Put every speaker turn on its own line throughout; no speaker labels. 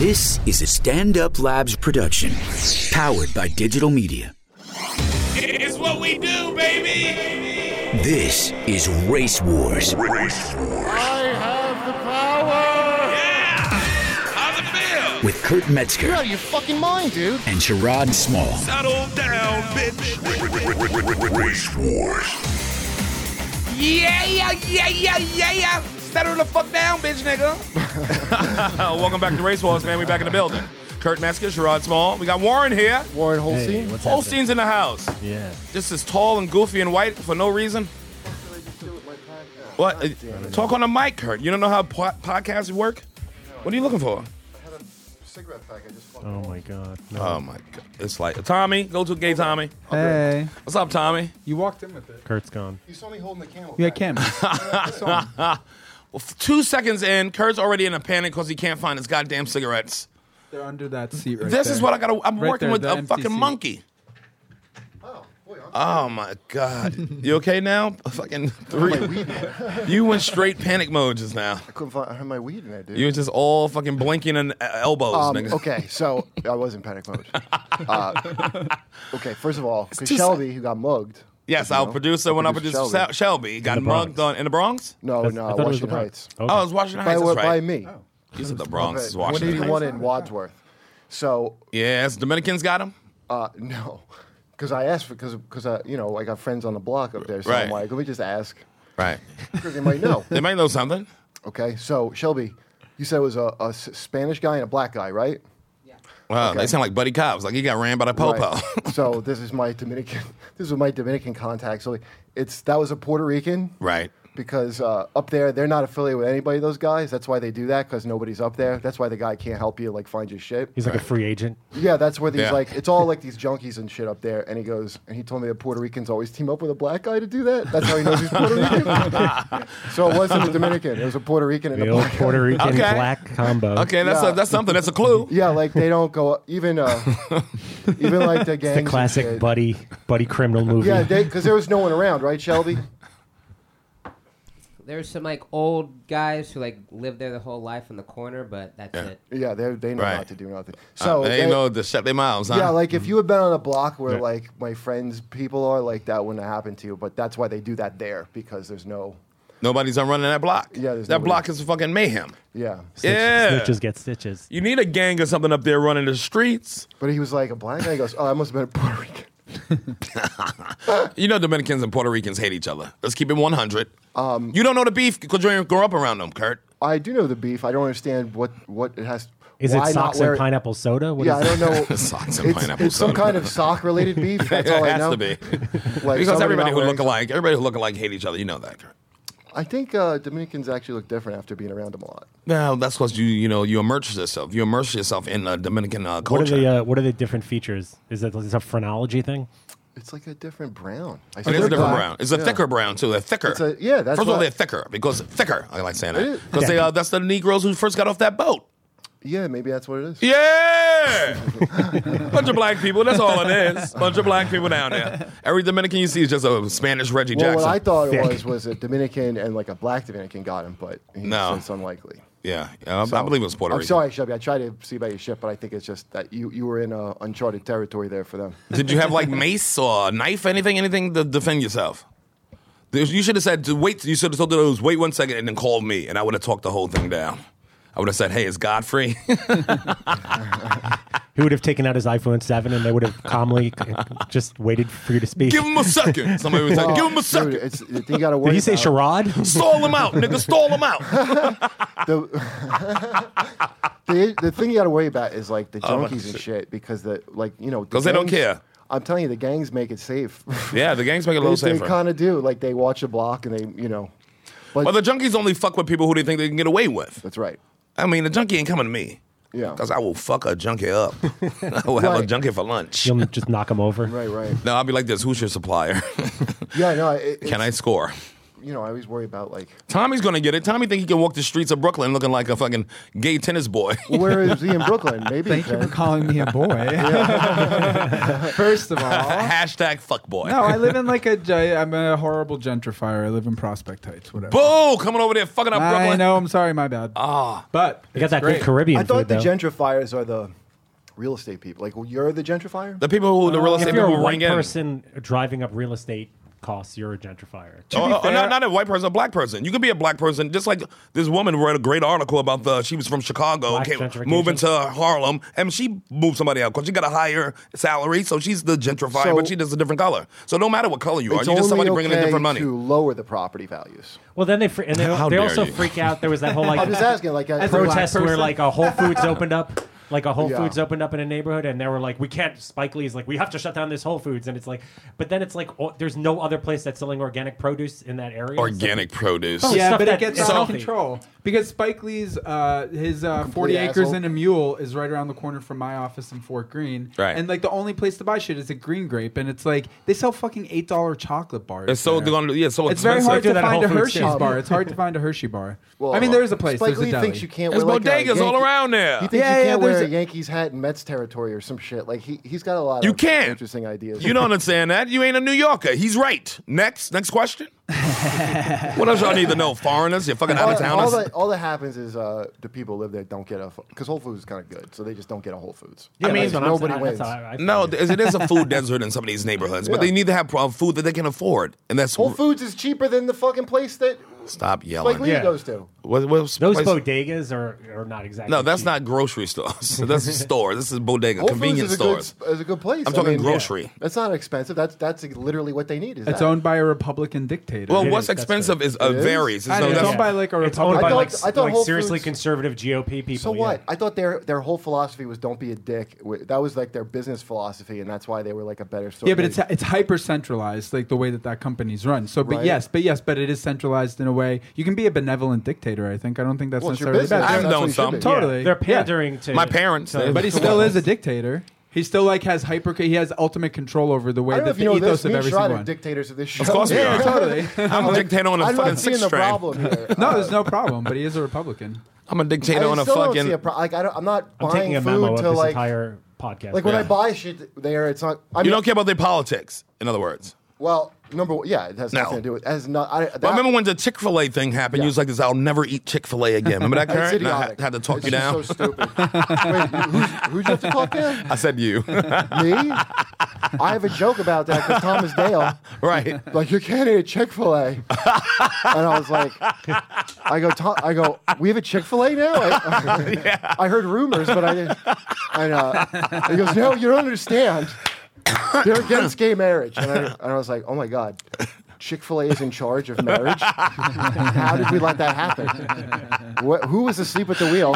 This is a Stand Up Labs production, powered by digital media.
It's what we do, baby.
This is Race Wars
Yeah. How's it feel?
with Kurt Metzger
out of your fucking mind, dude.
and Sherrod Small.
Settle down, bitch.
Race Wars.
Yeah, yeah, yeah, yeah, yeah, yeah. Settle the fuck down, bitch, nigga. Welcome back to Race Wars, man. We back in the building. Kurt Metzger, Gerard Small. We got Warren here.
Warren Holstein.
Holstein's in the house.
Yeah.
Just as tall and goofy and white for no reason. What? Uh, Talk on the mic, Kurt. You don't know how po- podcasts work? What are you looking for?
Cigarette pack. I just fucking.
Oh my god.
Oh my god. It's like Tommy, go to gay Tommy.
Hey,
What's up, Tommy?
you walked in with it.
Kurt's gone.
You saw me holding the camel.
Yeah,
pack.
Kim.
Well, f- two seconds in, Kurt's already in a panic because he can't find his goddamn cigarettes.
They're under that seat right
This is
there.
what I got. I'm
Right
working
there,
with
the
a
empty
fucking
seat.
monkey.
Oh, boy, I'm
Oh my god! You okay now? Fucking three. you went straight panic mode just now.
I couldn't find. I had my weed in there, dude.
You were just all fucking blinking and uh, elbows,
um,
nigga.
okay, so I was in panic mode. Uh, okay, first of all, 'cause
too
Shelby, who got mugged.
Yes,
you
our
know,
producer, when our
producer
producer Shelby,
Shelby.
Shelby got
the Bronx.
mugged on in the Bronx.
No,
That's-
Oh, no,
I thought it was the
Washington
Bronx.
Heights.
Okay.
Oh, it was Washington
By,
Heights, that's
by
right?
me.
He's at the Bronx, it's
One
Washington.
eighty
Heights.
one in Wadsworth. So
Yes, Dominicans got him.
Uh, no, because I asked for because because I you know I got friends on the block up there, so I'm
Right.
like, let me just ask
Right.
'cause they might know.
They might know something.
okay, so Shelby, you said it was a, a S- Spanish guy and a black guy, right?
Wow, they
Okay.
sound like buddy cops. Like he got ran by the popo.
Right. so this is my Dominican. This is my Dominican contact. So it's that was a Puerto Rican,
Right.
Because uh, up there they're not affiliated with anybody. Those guys. That's why they do that because nobody's up there. That's why the guy can't help you like find your shit.
He's like a free agent.
Yeah, that's where these
Yeah.
like it's all like these junkies and shit up there. And he goes and he told me that Puerto Ricans always team up with a black guy to do that. That's how he knows he's Puerto Rican. so it wasn't a Dominican; it was a Puerto Rican and
The
a
old
black. guy.
Puerto Rican
Okay.
black combo.
Okay, that's
Yeah.
a, that's something. That's a clue.
Yeah, like they don't go even uh, even like the gangs.
The
and
classic
shit.
buddy buddy criminal movie.
Yeah, because there was no one around, right, Shelby?
There's some like old guys who like live there the whole life in the corner, but that's
Yeah.
it.
Yeah, they they know
Right.
not to do nothing.
So
So
Uh, they
they-
know to shut their mouths, huh?
Yeah, like if you had been on a block where
Yeah.
like my friends' people are, like that wouldn't have happened to you. But that's why they do that there because there's no.
nobody's on running that block.
Yeah, there's
that
nobody.
block is fucking mayhem.
Yeah,
Snitch-
yeah,
Snitches get stitches.
you need a gang or something up there running the streets.
but he was like a black guy. He goes, "Oh, I must have been a Puerto Rican."
You know, Dominicans and Puerto Ricans hate each other. Let's keep it one hundred. Um, you don't know the beef because you didn't grow up around them, Kurt.
I do know the beef. I don't understand what what it has.
Is
why
it
not
socks
wear
and
it-
pineapple soda? What
Yeah, I
is
don't
it?
know.
Socks and
it's,
pineapple
it's some
soda.
kind of sock related beef. That's all
it
I
has
know.
to be
Like
because
somebody
everybody
not
who
wearing-
look alike, everybody who look alike, hate each other. You know that, Kurt.
I think uh, Dominicans actually look different after being around them a lot.
No, that's because you you know you immerse yourself. You immerse yourself in uh, Dominican uh,
What are
culture.
the uh, what are the different features? Is it is it a phrenology thing?
It's like a different brown. I
It is
swear
a
to
different
God.
brown. It's a
Yeah.
thicker brown too. They're thicker.
It's a- yeah, that's
first of all
why-
they're thicker because thicker. I like saying
It
that
is.
because they uh, that's the Negroes who first got off that boat.
Yeah, maybe that's what it is.
Yeah, bunch of black people. That's all it is. Bunch of black people down there. Every Dominican you see is just a Spanish Reggie
Well,
Jackson.
what I thought it
Thick.
was was a Dominican and like a black Dominican got him, but he
No.
said it's unlikely.
yeah, yeah, I, I
So-
believe it was Puerto
I'm
Rican.
sorry, Shelby. I tried to see about your ship, but I think it's just that you, you were in uh, uncharted territory there for them.
Did you have like mace or a knife, anything, anything to defend yourself? There's- You should have said, wait, you should have told the others, wait one second and then call me, and I would have talked the whole thing down. I would have said, hey, is God free?
He would have taken out his iPhone seven and they would have calmly just waited for you to speak.
give him a second. Somebody was like, give him a
Dude,
second.
it's, the thing you got to worry
Did he say
about-
charade?
Stall him out, nigga, stall him out.
the, the the thing you got to worry about is like the
Oh, my
junkies and shit because the like you know
'Cause they don't care.
I'm telling you, the gangs make it safe.
Yeah, the gangs make it a
they
little
they
safer.
kind of do. Like they watch a block and they you know. But
Well, the junkies only fuck with people who they think they can get away with.
that's right.
I mean, the junkie ain't coming to me.
Yeah.
Because I will fuck a junkie up. I will have a
Right.
junkie for lunch.
You'll just knock him over.
Right, right.
No, I'll be like this. Who's your supplier?
Yeah, no. It,
Can I
it's-
score?
you know, I always worry about like
Tommy's gonna get it. Tommy think he can walk the streets of Brooklyn looking like a fucking gay tennis boy.
where is he in Brooklyn? Maybe
Thank you for calling me a boy. First of all,
Hashtag fuck boy.
no, I live in like a. gi- I'm a horrible gentrifier. I live in Prospect Heights. Whatever.
Boo! Coming over there, fucking up
I
Brooklyn.
know. I'm sorry. My bad.
Ah,
but
They got that good
great.
Caribbean
I thought
food
the
though.
gentrifiers are the real estate people. Like, well, you're the gentrifier.
the people who the real estate
if you're
people
a white
ring in.
person driving up real estate costs, you're a gentrifier.
Oh,
be
oh,
fair-
not, not a white person, a black person. You could be a black person, just like this woman wrote a great article about the. She was from Chicago,
Black
came,
gentrification.
moving to Harlem, and she moved somebody out because she got a higher salary, so she's the gentrifier,
So-
but she does a different color. So no matter what color you are,
it's
you're just somebody
only
bringing in
okay
different money.
to lower the property values.
Well, then they fr- and they,
How
they
dare
also
you.
freak out. There was that whole like
I'm just asking, like, as a black
protest where
person.
like a Whole Foods opened up, like a Whole
Yeah.
Foods opened up in a neighborhood, and they were like, we can't. Spike Lee's like, we have to shut down this Whole Foods, and it's like, but then it's like, oh, there's no other place that's selling organic produce in that area.
Organic produce.
Oh,
yeah,
stuff
but
that
it gets
is
out of
healthy.
control because Spike Lee's uh, his uh, forty acres
asshole.
and a mule is right around the corner from my office in Fort Greene,
Right.
And like the only place to buy shit is at Green Grape, and it's like they sell fucking eight dollar chocolate bars.
It's so
there.
gonna- yeah, it's so
it's very
expensive.
hard
They do
to
that at
find a
Whole Foods,
Hershey's
too.
bar. It's hard to find a Hershey bar.
Well,
I mean, there is a place.
Spike
there's
Lee
a deli.
thinks you can't.
There's
wear like a
bodegas all
Yankee-
around there.
He thinks
Yeah,
you
yeah,
can't
there's
wear a
a-
Yankees hat in Mets territory or some shit. Like he he's got a lot.
You
of
can't.
interesting ideas.
You don't understand that. You ain't a New Yorker. He's right. Next, next question. what else y'all need to know? Foreigners, you fucking out
all,
of
all,
towners.
that, all that happens is uh, the people who live there don't get a because Whole Foods is kind of good, so they just don't get a Whole Foods.
Yeah,
I mean,
that's what I'm
nobody
saying.
wins.
That's how I- I feel.
No, th- it is a food desert in some of these neighborhoods, but
Yeah.
they need to have uh, food that they can afford, and that's
Whole Foods is cheaper than the fucking place that
Stop yelling.
Spike Lee
Yeah.
goes to.
What- what's-
those
what's-
bodegas are, are not exactly.
No, that's
cheap.
not grocery stores. that's a store. This is bodega,
Whole
convenience
Foods is a good,
stores.
s- is a good place.
I'm talking
I mean,
grocery.
That's not expensive. That's that's literally what they need. Is
It's
that.
owned by a Republican dictator.
Well,
It
what's
is, that's
expensive is, uh,
It is?
varies. It's no-
I know. It's
that's-
owned by like a
It's owned
Republican.
by
I thought-
like,
I thought
like
Whole
seriously
Foods-
conservative GOP people.
So
Oh, yeah.
what? I thought their their whole philosophy was don't be a dick. Wi- That was like their business philosophy, and that's why they were like a better store.
yeah, but it's it's hyper centralized, like the way that that company's run. So, but
Right.
yes, but yes, but it is centralized in a way. You can be a benevolent dictator. I think. I don't think that's
well, it's your
necessarily
business.
bad.
I've
That's
done
what it should
some.
be.
Yeah,
Totally.
they're
Yeah.
pandering to
My parents,
to-
they-
But he still is a dictator. He still like has hyper. He has ultimate control over the
I
way
don't know
that
if you
the
know
ethos
this.
of
Me and
every
Sherrod
single
are
one.
dictators of this show.
course we
Yeah,
are.
totally.
I'm a dictator on a
I'm
fucking
not seeing
six
the
train.
problem here.
No, there's no problem. But he is a Republican.
I'm a dictator
I
on a
still don't
fucking.
see a pro- like I don't, I'm not
I'm
buying
taking a memo
food
of
to
this
like
entire podcast.
like when
Yeah.
I buy shit there. It's not. I mean,
you don't care about their politics. In other words.
Well, number one, yeah, it has
No.
nothing to do with. It has not. I, that,
Well, I remember when the Chick Fil A thing happened. You
Yeah.
was like, "This, I'll never eat Chick Fil A again." Remember that,
it's
Karen? And I had,
idiotic.
had to talk
It's
you down.
just So stupid. Wait, who- who's- who'd you have to talk down?
I said you,
Me? I have a joke about that because Thomas Dale.
right?
like you can't eat a Chick Fil A, and I was like, I go, "Tom- I go, we have a Chick Fil A now. I, I heard rumors, but I didn't. And uh, he goes, no, you don't understand. They're against gay marriage, and I, and I was like, oh my god, Chick Fil A is in charge of marriage. How did we let that happen? What, who was asleep at the wheel?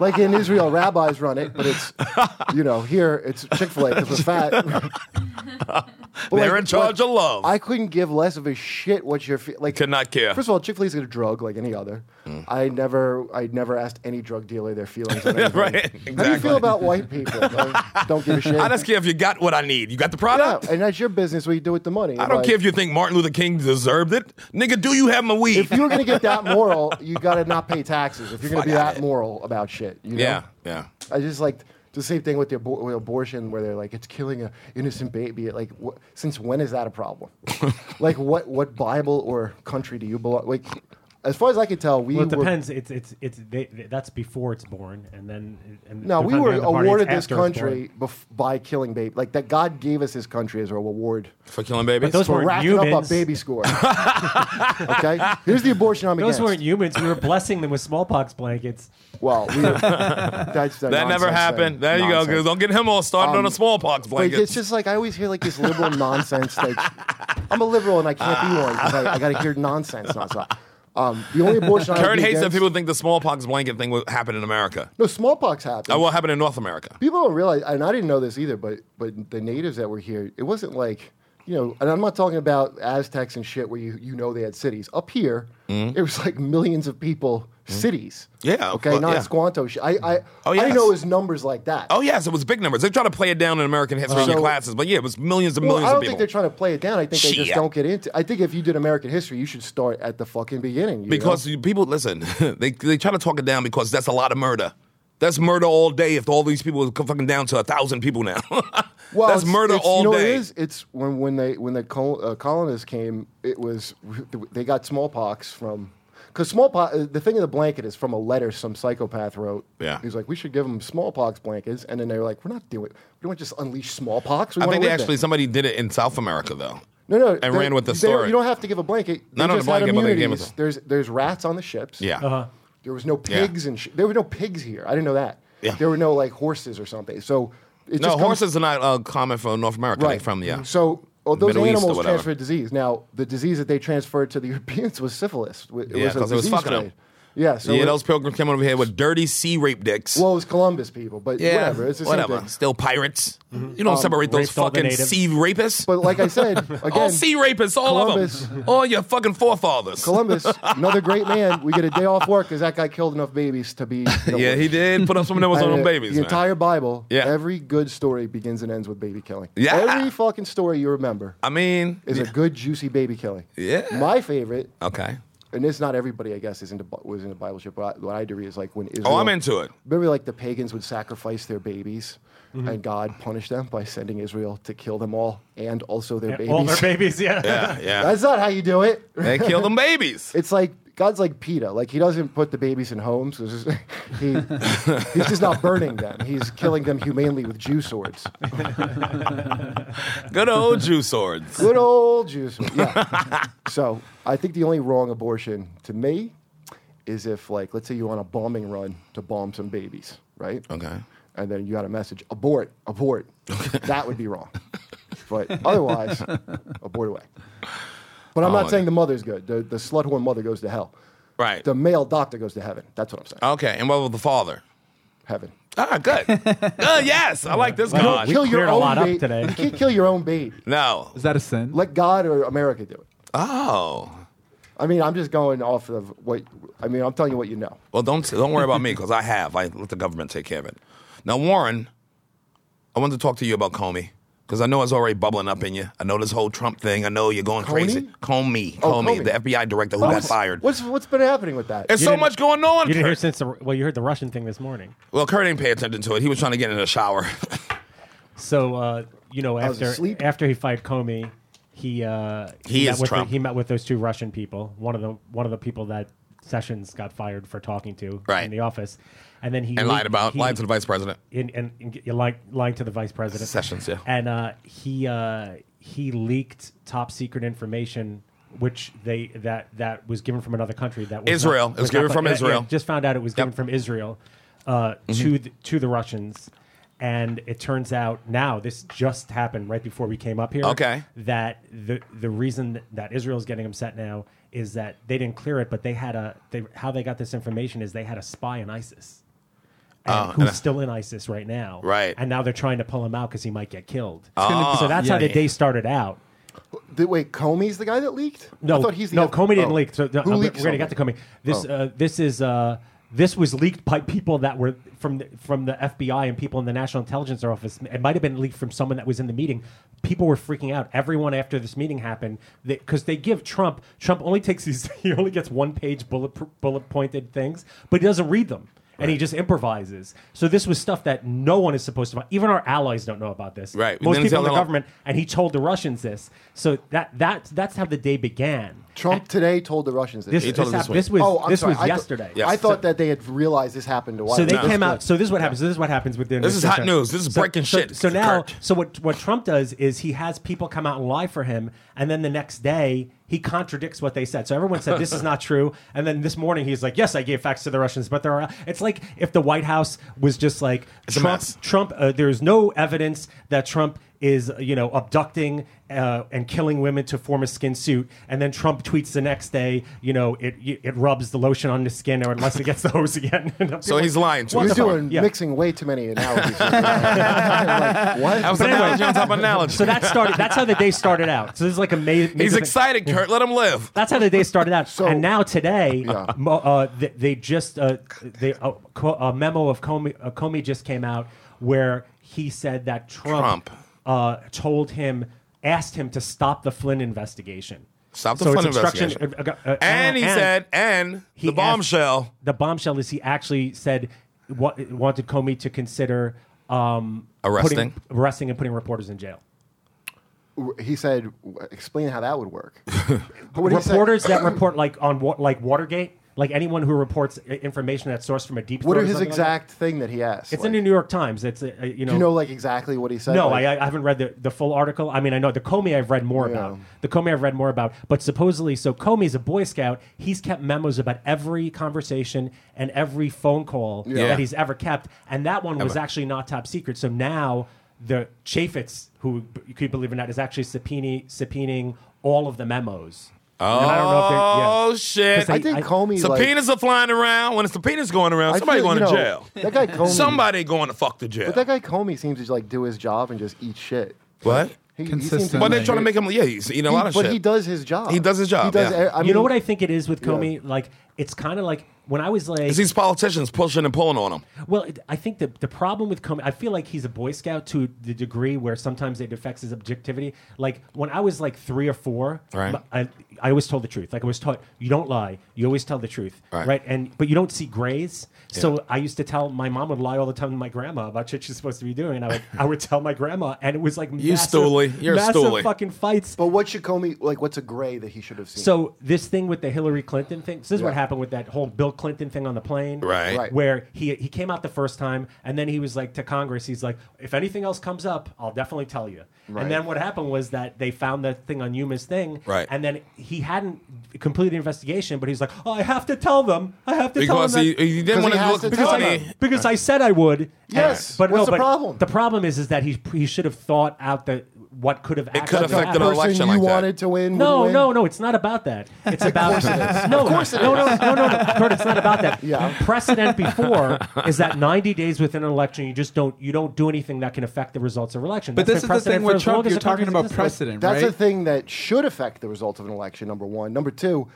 like in Israel, rabbis run it, but it's you know here it's Chick Fil A because we're fat. But,
They're
like,
in charge
like,
of love.
I couldn't give less of a shit what your fe- like.
Could not care. Mm.
First of all, Chick Fil A is a drug like any other. I never, I never asked any drug dealer their feelings. On anything.
Right,
How do you
exactly.
feel about white people? Like, don't give a shit.
I just care if you got what I need. You got the
yeah,
product.
and that's your business. What you do with the money.
I don't
Like,
care if you think Martin Luther King deserved it, nigga. Do you have my weed?
If you were gonna get that moral, you gotta not pay taxes. If you're gonna be
Fuck
that
it.
moral about shit, you know?
yeah, yeah.
I just like the same thing with the abor- with abortion, where they're like, it's killing a innocent baby. Like, wh- since when is that a problem? like, what what Bible or country do you belong? Like, as far as I can tell, we
Well, it
were,
depends. It's it's it's they, they- that's before it's born, and then and
No, we
depending
were
on the party, it's
awarded this
after it's born.
country bef- by killing baby. Like that, God gave us this country as a reward
For killing babies.
But those
for
weren't
racking up
humans.
a baby score. okay, here's the abortion I'm
Those
against.
weren't humans. We were blessing them with smallpox blankets.
Well, we, that's the
that never
nonsense
happened.
thing.
There you go.
Nonsense.
'cause Don't get him all started on a
Um,
smallpox
But
blanket.
it's just like I always hear like this liberal nonsense. Like I'm a liberal and I can't be one because I, I got to hear nonsense nonstop. Um, the only abortion I would
Karen
be
hates that
against-
people think the smallpox blanket thing will happen in America.
No, smallpox happened.
That will happen in North America.
people don't realize, and I didn't know this either. But but the natives that were here, it wasn't like you know, and I'm not talking about Aztecs and shit where you you know they had cities. Up here, it was like millions of people cities.
Mm-hmm. Yeah, of
Okay,
course,
not
yeah.
Squanto. Sh- I I
Oh,
I
yes.
didn't know it was numbers like that.
Oh yes, it was big numbers. They try to play it down in American history in your
Uh, So-
classes, but yeah, it was millions and
Well,
millions
I don't
of people.
think they're trying to play it down. I think they just
Shit.
don't get into. I think if you did American history, you should start at the fucking beginning. you know?
because you- people listen, they they try to talk it down because that's a lot of murder. That's murder all day. If all these people were fucking down to a thousand people now,
Well,
that's
it's-
murder
it's-
all
you know What
day.
it is? It's when when they when the col- uh, colonists came, it was they got smallpox from because smallpox. uh, The thing in the blanket is from a letter some psychopath wrote.
Yeah.
he's like, we should give them smallpox blankets, and then they were like, we're not doing. We don't just unleash smallpox. We
I
wanna
think they
live
actually
there."
somebody did it in South America though.
No, no.
and
they-
ran with the
they-
story.
You don't have to give a blanket. They
Not on a
just had
blanket, but they gave
immunities.
us a-
There's there's rats on the ships.
Yeah.
There was no pigs and sh- there were no pigs here. I didn't know that.
Yeah.
There were no like horses or something. So it
No,
just comes-
horses are not uh, common from North America. They're from yeah.
So oh, those
Middle East or
animals
whatever.
transferred disease. Now the disease that they transferred to the Europeans was syphilis. It
Yeah, 'cause it was
disease
fucking 'em.
related. Yeah. So
yeah,
it-
those pilgrims came over here with dirty sea rape dicks.
well, it was Columbus people, but
yeah,
whatever. It's the
whatever.
same thing. Mm-hmm. Um,
Still pirates. You don't separate those
raped all the
fucking
natives.
sea rapists.
But like I said, again,
all sea rapists, all of them,
Columbus-
all your fucking forefathers.
Columbus, another great man. We get a day off work because that guy killed enough babies to be.
yeah,
the worst.
he did put up some numbers on
And
them
the-
babies.
The
man.
entire Bible,
Yeah.
every good story begins and ends with baby killing.
Yeah.
Every fucking story you remember
I mean,
is a good, juicy baby killing.
Yeah.
My favorite,
okay.
and it's not everybody, I guess, is into Bi- was into Bible shit, but I- what I do is like when Israel.
Oh, I'm into it.
Remember, like the pagans would sacrifice their babies,
Mm-hmm.
and God punished them by sending Israel to kill them all and also their babies.
All their babies, yeah.
Yeah, yeah.
That's not how you do it.
they kill them babies.
It's like God's like PETA. Like he doesn't put the babies in homes. It's just- he, he's just not burning them. He's killing them humanely with Jew swords.
Good old Jew swords.
Good old Jew swords. Yeah. So I think the only wrong abortion to me is if like let's say you're on a bombing run to bomb some babies, right?
Okay.
And then you got a message, abort, abort. that would be wrong. But otherwise, abort away. But I'm
Oh,
not saying the mother's good. The, the slut whore mother goes to hell.
Right. Oh.
The male doctor goes to heaven. That's what I'm saying.
Okay, and what about the father?
heaven.
Ah, good. Uh, yes, I like this God.
we- cleared a lot up
baby.
today.
You can't kill your own baby.
No.
Is that a sin?
Let God or America do it.
Oh.
I mean, I'm just going off of what I mean. I'm telling you what you know.
Well, don't don't worry about me because I have. I let the government take care of it. Now, Warren, I wanted to talk to you about Comey because I know it's already bubbling up in you. I know this whole Trump thing. I know you're going crazy. Comey,
Oh,
Comey,
Comey.
the FBI director who got
What's-
fired.
What's what's been happening with that?
There's so
didn't-
much going on.
You didn't hear
Kurt.
since the, well, you heard the Russian thing this morning.
well, Kurt didn't pay attention to it. He was trying to get in the shower.
So uh, you know,
was
after
asleep.
after he fired Comey, he uh,
He
met
is
with the-
Trump.
he met with those two Russian people. One of the one of the people that Sessions got fired for talking to
Right.
in the office, and then he
and lied
leaked-
about,
he-
lied to the vice president.
in, and, and you're lying, lying to the vice president.
Sessions, yeah.
And uh, he uh, he leaked top secret information, which they that that was given from another country. That was not-
Israel. It was
not-
given from
yeah, yeah,
Israel.
just found out it was given
Yep. Mm-hmm.
from Israel uh, to the, to the Russians. And it turns out now this just happened right before we came up here.
Okay.
That the the reason that Israel is getting upset now is that they didn't clear it, but they had a they how they got this information is they had a spy in ISIS and who's still in ISIS right now.
Right.
And now they're trying to pull him out because he might get killed.
gonna be-
so that's how the
yeah.
day started out.
Did- wait, Comey's the guy that leaked?
No,
I thought he's the
no,
other-
Comey didn't
oh.
leak. So no,
Who
no,
leaked
we're gonna get to
something? Oh.
Comey. This uh, this is uh, this was leaked by people that were from the, from the FBI and people in the National Intelligence Office. It might have been leaked from someone that was in the meeting. People were freaking out. Everyone after this meeting happened because they, give Trump. Trump only takes these. He only gets one page bullet bullet pointed things, but he doesn't read them. And he just improvises. So this was stuff that no one is supposed to. Even our allies don't know about this.
Right.
Most
Then
people
tell
in the
them all-
government, and he told the Russians this. So that that that's how the day began.
Trump today told the Russians that
This,
he-
this,
told him this
hap-
week.
this was
oh, I'm
this
sorry.
was
I thought-
yesterday.
Yeah.
I thought that they had realized this happened a while.
So they
ago.
came out. So this is what happens. So this is what happens with the.
This is hot
administration.
news. This is
So-
breaking
so-
shit,
So now,
Kurt.
so what what Trump does is he has people come out and lie for him, and then the next day he contradicts what they said. So everyone said this is not true, and then this morning he's like, "Yes, I gave facts to the Russians," but there are. It's like if the White House was just like
a
Trump.
mess.
Trump. Uh, there's no evidence that Trump is you know abducting uh, and killing women to form a skin suit, and then Trump tweets the next day, you know, it it rubs the lotion on the skin or unless it gets the hose again.
So he's lying to
What
us.
You're
the fuck?
doing
Yeah.
mixing way too many analogies. here. Like,
That
what?
was analogy on top of analogy.
So that started. That's how the day started out. So this is like a ma-
He's
major-
excited, Kurt. Let him live.
That's how the day started out.
So-
and now today,
Yeah.
mo- uh, they, they just uh, they uh, co- a memo of Comey, uh, Comey just came out where he said that Trump,
Trump.
Uh, told him, asked him to stop the Flynn investigation.
Stop the
So it's
Flynn
obstruction-
investigation.
uh, uh, uh,
and he said, and
he
the
asked-
bombshell.
the bombshell is he actually said wa- wanted Comey to consider um,
Arresting?
putting, arresting and putting reporters in jail.
He said, w- "Explain how that would work." But what he said-
reporters that report like on wa- like Watergate, like anyone who reports i- information that's sourced from a deep.
What
throat
are
or
his
something like
exact thing that he asked?
that. it's
like,
in the New York Times. It's a, a- you know.
do you know like exactly what he said?
no,
Like,
I, I haven't read the, the full article. I mean, I know the Comey I've read more about. The Comey I've read more about. But supposedly, so Comey's a Boy Scout. He's kept memos about every conversation and every phone call
Yeah.
that he's ever kept. And that one was actually not top secret. So now the Chaffetz, who b- you could believe it or not, is actually subpoena, subpoenaing all of the memos.
Oh,
And I don't know if
Oh,
they're- yeah.
shit.
'Cause
I
they-
think
I-
Comey. like,
subpoenas are flying around. When a subpoena's going around,
I
somebody
feel,
going
you
to
know,
jail.
That guy Comey.
Somebody going to fuck the jail.
But that guy Comey seems to like do his job and just eat shit.
what?
He, He seems
Consistent.
But
to
they're trying to make him. Yeah, he's eating a lot of
but
shit.
he does his job.
He does his job,
He does. e,
yeah.
I mean,
you know what I think it is with Comey? Like, it's kind of like when I was like.
It's these politicians pushing and pulling on him.
Well, it- I think the the problem with Comey, I feel like he's a Boy Scout to the degree where sometimes it affects his objectivity. Like when I was like three or four,
Right.
m- I, I always told the truth. Like I was taught, you don't lie, you always tell the truth,
Right.
And but you don't see grays. So I used to tell my mom would lie all the time to my grandma about shit she's supposed to be doing, and I would I would tell my grandma, and it was like
You
massive,
stoolie. You're a
massive
stoolie.
fucking fights.
But what should Comey like? What's a gray that he should have seen?
So this thing with the Hillary Clinton thing. So this is what
Yeah.
happened with that whole Bill Clinton thing on the plane,
Right.
Right.
Where he he came out the first time, and then he was like to Congress, he's like, if anything else comes up, I'll definitely tell you.
Right.
And then what happened was that they found that thing on Yuma's thing,
Right.
And then he hadn't completed the investigation, but he's like, oh, I have to tell them, I have to
Because
tell them
he,
that-
he didn't
Because
want
he
to
has
look
to
because,
tell
funny.
them.
I, because I said I would. and-
Yes.
but
What's
no,
the
but
problem?
The problem is, is that he he should have thought out that what could have
could
actually
affect affected
the
an
happened.
person
election
you
like that.
wanted to win.
No,
would win.
no, no. It's not about that. It's about
course it is.
no,
Of course it
no,
is.
no, no, no, no. Kurt, it's not about that.
Yeah.
Precedent before is that 90 days within an election, you just don't you don't do anything that can affect the results of an election.
But
That's
this is
been precedent
the thing
for
with
as long
Trump.
as
You're
the country's
talking about
existed.
precedent,
That's
right?
a thing that should affect the result of an election. Number one. Number two.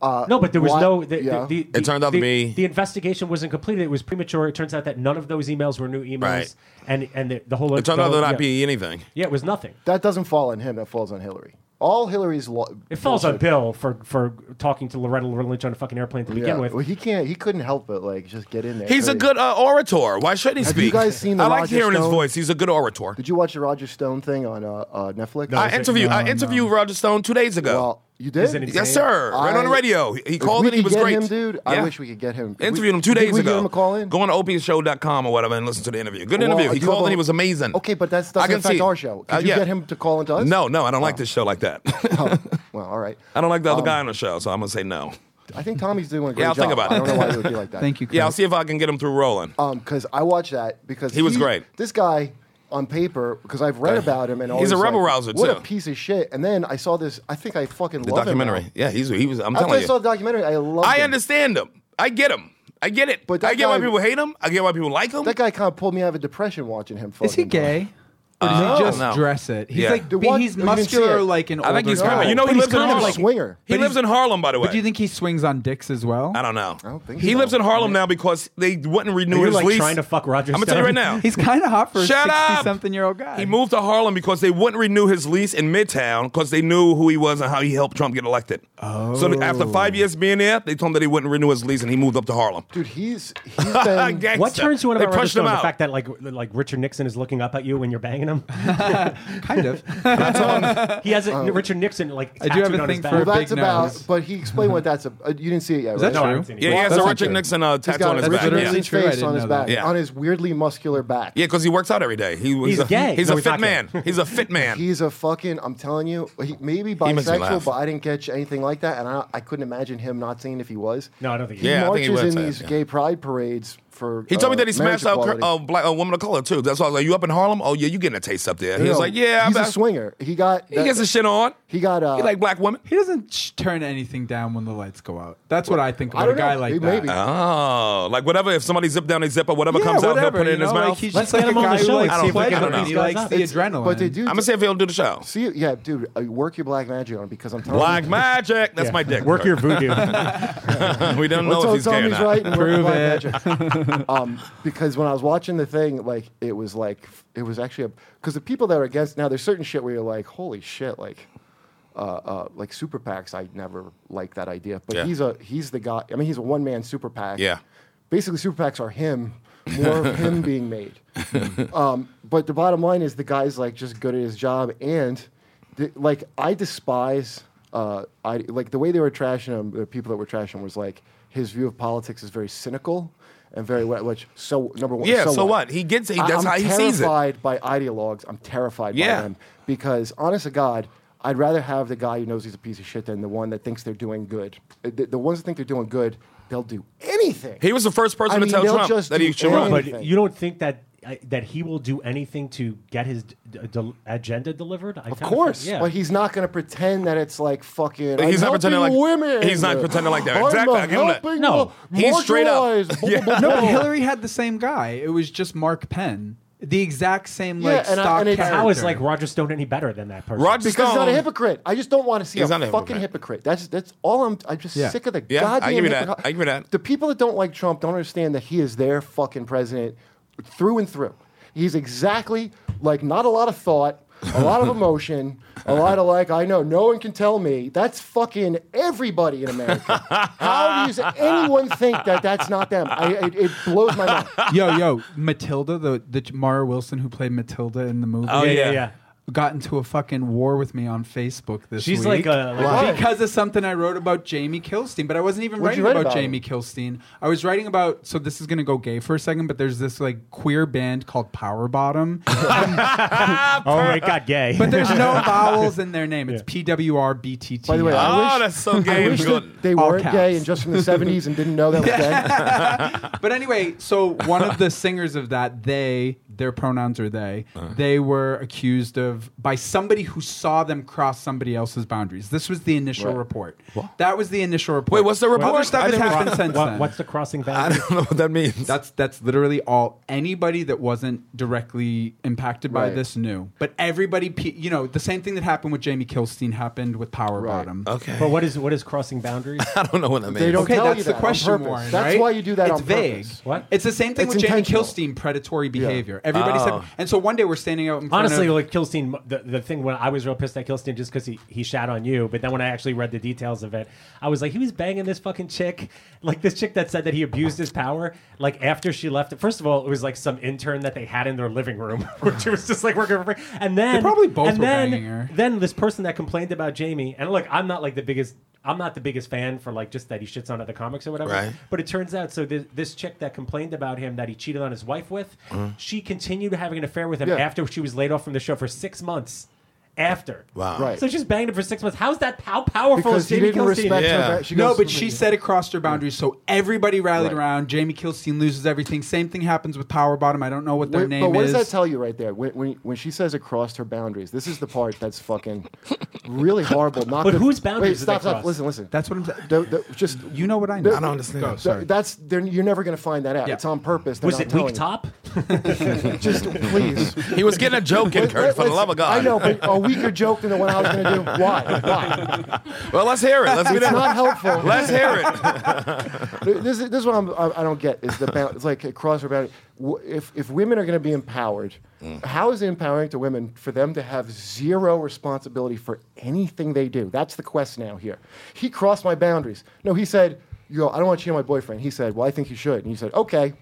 Uh,
No, but there was
why-
no. The,
yeah.
the, the,
It turned out to
the-
be-
the investigation wasn't completed. It was premature. It turns out that none of those emails were new emails,
Right.
and and the, the whole.
It turned out to
the-
not E.
yeah.
be anything.
Yeah, it was nothing.
that doesn't fall on him. That falls on Hillary. All Hillary's. Lo-
It falls
bullshit.
on Bill for for talking to Loretta Lynch on a fucking airplane to begin
Yeah.
with.
Well, he can't. He couldn't help but like just get in there.
He's a
Hey,
good uh, orator. Why should he
Have
speak?
you guys seen the
I like
Roger
hearing his
Stone?
voice. He's a good orator.
Did you watch the Roger Stone thing on uh, uh, Netflix?
I interviewed
no,
I
no.
interviewed Roger Stone two days ago.
Well, you did.
it
Oh. yes, sir. right on the
I-
radio. He- He
If
called
we
and he
could
was
get
great.
Him, dude. I
Yeah.
wish we could get him.
Interviewed him two
You think
days
we
ago.
Give him a call in.
Go on to opieshow.com or whatever and listen to the interview. Good
Well,
interview.
a
He called
couple-
and he was amazing.
Okay, but that's
I
doesn't
can
affect
see.
our show. Could
Uh,
you
yeah.
get him to call into us? Oh.
No, no, I don't like this show like that.
Well, all right.
I don't like
Um,
the other guy on the show, so I'm gonna say no.
I think Tommy's doing a great
I'll
job.
think about
I don't
it.
know why it would be like that.
Thank you.
Yeah, I'll
Kurt.
see if I can get him through rolling.
Um, because I watched that because
He was great. Uh,
This guy on paper, because I've read about him and all
He's a
this,
rebel
like,
rouser,
What a
too.
piece of shit! And then I saw this. I think I fucking
The
love
documentary.
Him now.
Yeah, he's he was. I'm
After uh, I
telling
saw
you.
the documentary, I love.
I understand him. I get him. I get it.
But
I
that
get why
guy-
people hate him. I get why people like him.
That guy kind of pulled me out of a depression watching him.
Is he
fucking-
gay? Or does
Uh,
he just
no.
dress it? He's
Yeah.
like
The one-
he's
you didn't see it.
muscular, like an
I think
older
he's
guy.
kind of. You know,
But
he
he's
lives in
kind of
Harlem.
like swinger.
He
But
lives
he's-
in Harlem, by the way.
But do you think he swings on dicks as well?
I don't know. I
don't think
he
so.
lives in Harlem now because they wouldn't renew
You're
his
like
lease.
trying to fuck Roger.
I'm gonna tell you
Stone.
right now.
He's kind of hot for a
Shut up!
sixty-something-year-old guy.
he moved to Harlem because they wouldn't renew his lease in Midtown because they knew who he was and how he helped Trump get elected. Oh. So after five years being there, they told him that he wouldn't renew his lease and he moved up to Harlem.
Dude, he's he's been.
Gangsta.
What turns you on
They
about Roger
pushed him
Stone? The
out.
fact that like like Richard Nixon is looking up at you when you're banging him.
kind of.
he has a, Richard Nixon like
Oh. I
tattooed
do have a
on
thing
his back.
for
well, that's
Big
about.
nose.
But he explained what that's. A, uh, you didn't see it yet.
Is
right?
that
No, I
true?
haven't seen it
yeah, he
Well,
has
that's
a
not
Richard
true.
Nixon uh,
He's
tattoo
got
on
a
his
That's
back.
Richard
literally
Yeah,
Nixon
true. I
face
didn't
on his
know that.
back,
Yeah.
on his weirdly muscular back.
yeah, because he works out every day. He, he's,
He's
a,
gay.
He's
No,
a
he's
fit
not gay.
man. He's a fit man.
He's a fucking. I'm telling you, he may be
He makes me laugh.
bisexual, but I didn't catch anything like that, and I, I couldn't imagine him not seeing if he was.
No, I don't think.
He
Yeah, I think he
marches
would
in
say it,
these
yeah.
gay pride parades for.
He told me
uh,
that he
marriage
smashed out cur-
equality.
oh,
uh, black, a woman of color too. That's why I was like, "You up in Harlem? Oh yeah, you getting a taste up there?" He was
No,
like, "Yeah, I'm
he's a
back."
swinger. He got.
He gets his shit on.
He got. Uh,
He like black women.
He doesn't sh- turn anything down when the lights go out. That's what I think
I
about a
don't know.
guy like
He-
that.
maybe.
Uh,
Oh, like whatever. If somebody zip down their zipper, whatever
Yeah,
comes out, they'll
whatever,
put it in
you
his
know,
mouth.
Like, he's
Let's
just
get him
like a
on the
guy
show
Who
and see
likes
if we can
pleasure.
hook
He
these
likes
guys
the adrenaline.
but they do.
I'm gonna say if he'll do the show.
See, yeah, dude, uh, work your black magic on it because I'm telling
Black
you,
magic. That's my dick.
Work your
Kurt.
voodoo.
we don't know
Well,
if he's gay
tell- tell
or
him
not.
right and we're
Prove
black magic. um, because when I was watching the thing, like it was like it was actually because the people that are against now there's certain shit where you're like, holy shit, like. Uh, uh, like super PACs, I never liked that idea. But
Yeah.
he's a he's the guy. I mean, he's a one man super PAC.
Yeah.
Basically, super PACs are him, more of him being made. Um, but the bottom line is the guy's like just good at his job, and the, like I despise, uh, I like the way they were trashing him. The people that were trashing him was like his view of politics is very cynical and very wha- which so number one.
Yeah, so what? He gets- he- that's
I'm
how he sees it.
terrified by ideologues. I'm terrified
Yeah.
by them because honest to God. I'd rather have the guy who knows he's a piece of shit than the one that thinks they're doing good. Uh, The, the ones that think they're doing good, they'll do anything.
He was the first person
I
to
mean,
tell
they'll
Trump
just
that he
do
should
No,
run.
anything.
but you don't think that I- that he will do anything to get his d- d- del- agenda delivered? I
Of course,
yeah.
but he's not going to pretend that it's like fucking.
He's
I'm
not pretending
helping
like-
women.
he's not pretending like that.
I'm
Exactly, I give him that.
helping
No,
the
he's straight up.
marginalized, blah,
Yeah.
blah,
No,
blah, blah.
Hillary had the same guy. It was just Mark Penn, the exact same
Yeah,
like
and I-
stock
and it's-
character.
How is like Roger Stone any better than that person?
Roger
Because he's not a
Stone-
hypocrite. I just don't want to see
He's
a
not a
fucking hypocrite. That's that's all I'm. I'm just
Yeah.
sick of the
Yeah, I
goddamn.
give you that.
hypocr-
I give you that.
The people that don't like Trump don't understand that he is their fucking president through and through. He's exactly like not a lot of thought, a lot of emotion, a lot of like I know no one can tell me. That's fucking everybody in America. How does anyone think that that's not them? I, it, it blows my mind.
yo, yo, Matilda, the the Mara Wilson who played Matilda in the movie.
Oh,
Yeah, yeah,
yeah.
yeah.
Got into a fucking war with me on Facebook this
She's like
week.
a- like
Why?
because of something I wrote about Jamie Kilstein, but I wasn't even
What'd you
writing
write
about,
about
Jamie Kilstein. I was writing about so this is gonna go gay for a second, but there's this like queer band called Power Bottom.
Oh my God, gay.
but there's no vowels in their name. It's P W R B T T.
By the way, I
Oh,
wish-
that's so
I
gay and
wish that
good.
they
All
weren't
caps.
gay and just from the '70s and didn't know that was gay.
But anyway, so one of the singers of that, they, their pronouns are they,
Uh-huh.
they were accused of by somebody who saw them cross somebody else's boundaries. This was the initial report. That was the initial report.
Wait, what's the report?
Other stuff
I
has
didn't-
happened since
What-
then.
what's the crossing
I
boundary?
don't know what that means.
that's that's literally all anybody that wasn't directly impacted by
Right.
this knew. But everybody, pe- you know, the same thing that happened with Jamie Kilstein happened with Power
Right.
Bottom.
okay.
But what is what is crossing boundaries?
I don't know what that means.
They don't
Okay,
tell
that's
you
the
that on
question,
purpose.
Warren.
That's
right?
why you do that
It's
on
vague.
purpose.
What?
It's the same thing
It's
with Jamie
intentional.
Kilstein, predatory behavior. Everybody
Oh.
said, and so one day we're standing out in front
Honestly,
of.
like Kilstein, the, the thing when I was real pissed at Kilstein just because he, he shat on you, but then when I actually read the details of it, I was like, he was banging this fucking chick, like this chick that said that he abused his power. Like after she left, first of all, it was like some intern that they had in their living room, which was just like working for free. And then
probably both
and
were
then,
banging her.
Then this person that complained about Jamie, and look, I'm not like the biggest. I'm not the biggest fan for like just that he shits on other comics or whatever.
Right.
But it turns out, so this, this chick that complained about him that he cheated on his wife with, she continued having an affair with him
Yeah.
after she was laid off from the show for six months. After,
Wow.
Right.
So she's banged him for six months. How's that? How powerful
because
is
he
Jamie
didn't
Kilstein?
respect
Yeah.
her. back- She
no,
goes,
but she said it crossed her boundaries, so everybody rallied
Right.
around. Jamie Kilstein loses everything. Same thing happens with Power Bottom. I don't know what their
Wait,
name
but what
is.
does that tell you right there? When, when, when she says it crossed her boundaries, this is the part that's fucking really horrible. Not
But
good-
whose
Wait,
boundaries did they
stop, stop.
cross?
Listen, listen.
That's what I'm saying.
The- the- just
You know what I know.
the-
I
don't understand.
Go,
Go,
the-
sorry.
that's they're- you're never gonna find that out.
Yeah.
It's on purpose. They're
was
not
it
telling
weak
you.
top?
Just please.
He was getting a joke in, Kurt, for the
Listen,
love of God.
I know, but a weaker joke than the one I was gonna do. Why? Why?
Well, let's hear it. Let's get
It's
it.
not helpful.
Let's hear it.
this is this is what I'm, I, I don't get is the bound, it's like across our boundary. W- If if women are going to be empowered,
Mm.
how is it empowering to women for them to have zero responsibility for anything they do? That's the quest now here. He crossed my boundaries. No, he said, "You know, I don't want to cheat on my boyfriend." He said, "Well, I think you should." And he said, "Okay,"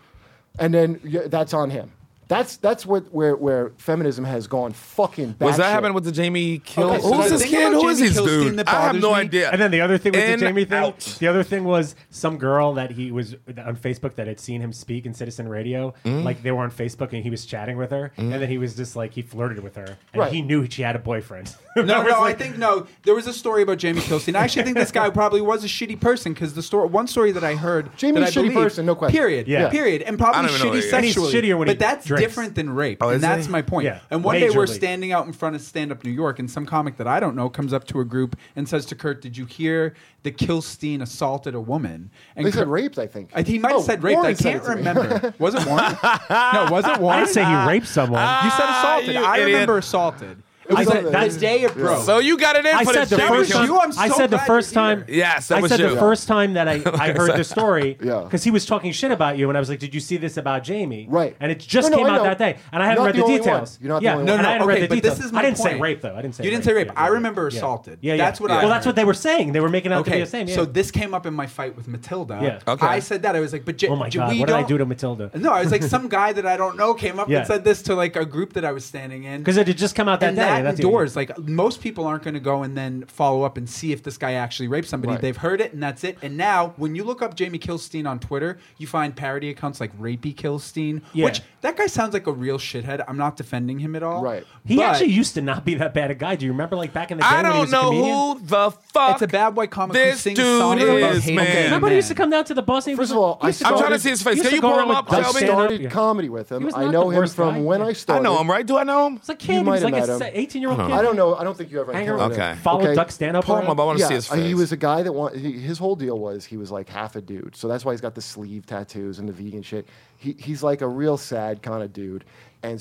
and then yeah, that's on him. That's that's what where where feminism has gone fucking. Batshit.
Was that happening with the Jamie Kill?
Okay, so
Who's
the
this
thing
kid?
about
Who is
Jamie
this
Kilstein
dude?
that
I have
bothers
no
me-
idea.
And then the other thing with
In,
the Jamie thing,
out.
the other thing was some girl that he was on Facebook that had seen him speak in Citizen Radio.
Mm.
Like they were on Facebook and he was chatting with her, and then he was just like he flirted with her, and
Right.
he knew she had a boyfriend.
No,
That was
no,
like-
I think no. There was a story about Jamie Kilstein. I actually think this guy probably was a shitty person because the story, one story that I heard,
Jamie's
that I
shitty
believe-
person, no question.
Period,
Yeah.
period, and
I
probably
don't even know
shitty
that he is.
sexually.
And he's shittier when
but
he
that's
drinks.
different than rape,
Oh,
and
is
that's
he?
my point.
Yeah,
And one day we're
majorly.
standing out in front of Stand Up New York, and some comic that I don't know comes up to a group and says to Kurt, "Did you hear the Kilstein assaulted a woman?" And
They said
Kurt-
raped, I think.
I- He might have
Oh,
said raped.
Warren
I
said
can't
it to me.
remember. was it Warren? No, was it Warren?
I Ah. say he raped someone.
Ah, You said assaulted.
you
I
idiot.
remember assaulted. It
I
was
said
the,
that-
the day it broke.
So you got it in
I
for
said
the
the
Jamie
first
was
time.
Kill.
you. I'm
I
so
said the
glad
first
you're here.
time.
Yes, that
I
was
said
you.
the first time that I, I heard the story
Yeah.
because he was talking shit about you, and I was like, "Did you see this about Jamie?"
Right.
and it just
No, no,
came
I
out
know.
that day, and I
You're
hadn't
not
read
the
the,
only
details.
one. You're not the
yeah,
only
no,
one.
no, I
No, no,
hadn't
okay,
read the
but this
details.
is my
I didn't say
point.
rape though. I didn't say
You didn't say rape. I
Yeah.
remember
Yeah.
assaulted.
Yeah, yeah.
That's what I
Well, that's
heard.
what they were saying. They were making out to be
Okay,
the same. Yeah.
so this came up in my fight with Matilda.
Yeah.
Okay.
I said that I was like, but J-
Oh my
do
God,
we
what did I
don't-
do to Matilda?
No, I was like, some guy that I don't know came up
Yeah.
and said this to like a group that I was standing in
because it had just come out that
and
day.
that
that's the-
indoors, like most people aren't going to go and then follow up and see if this guy actually raped somebody.
Right.
They've heard it and that's it. And now, when you look up Jamie Kilstein on Twitter, you find parody accounts like Rapey Kilstein,
Yeah.
which that guy sounds like a real shithead. I'm not defending him at all.
Right.
He
but
actually used to not be that bad a guy. Do you remember, like back in the day?
I
when he
don't
was a
know
comedian?
who the fuck.
It's a bad white comic who
This
sings
dude
songs about
is
hating
man.
women.
Remember, he used to come down to the bus.
First of all, I
I'm
started-
trying to see his face. Can you pull him up,
I
Shelby?
stand-up.
started
Yeah.
comedy with
He
him.
was
I
not
know
the
him
worst
from
guy.
when
Yeah.
I
I
I
started.
know him, right? Do I know him?
It's a kid.
You
He
might
was
have
like
met him.
a eighteen-year-old kid.
I don't know. I don't think you ever
Hang around.
encountered
Okay.
him.
Follow
Okay.
Duck stand up.
Pull him up. I want to
yeah,
see his
uh,
face.
he was a guy that want, he, his whole deal was he was like half a dude, so that's why he's got the sleeve tattoos and the vegan shit. He, he's like a real sad kind of dude, and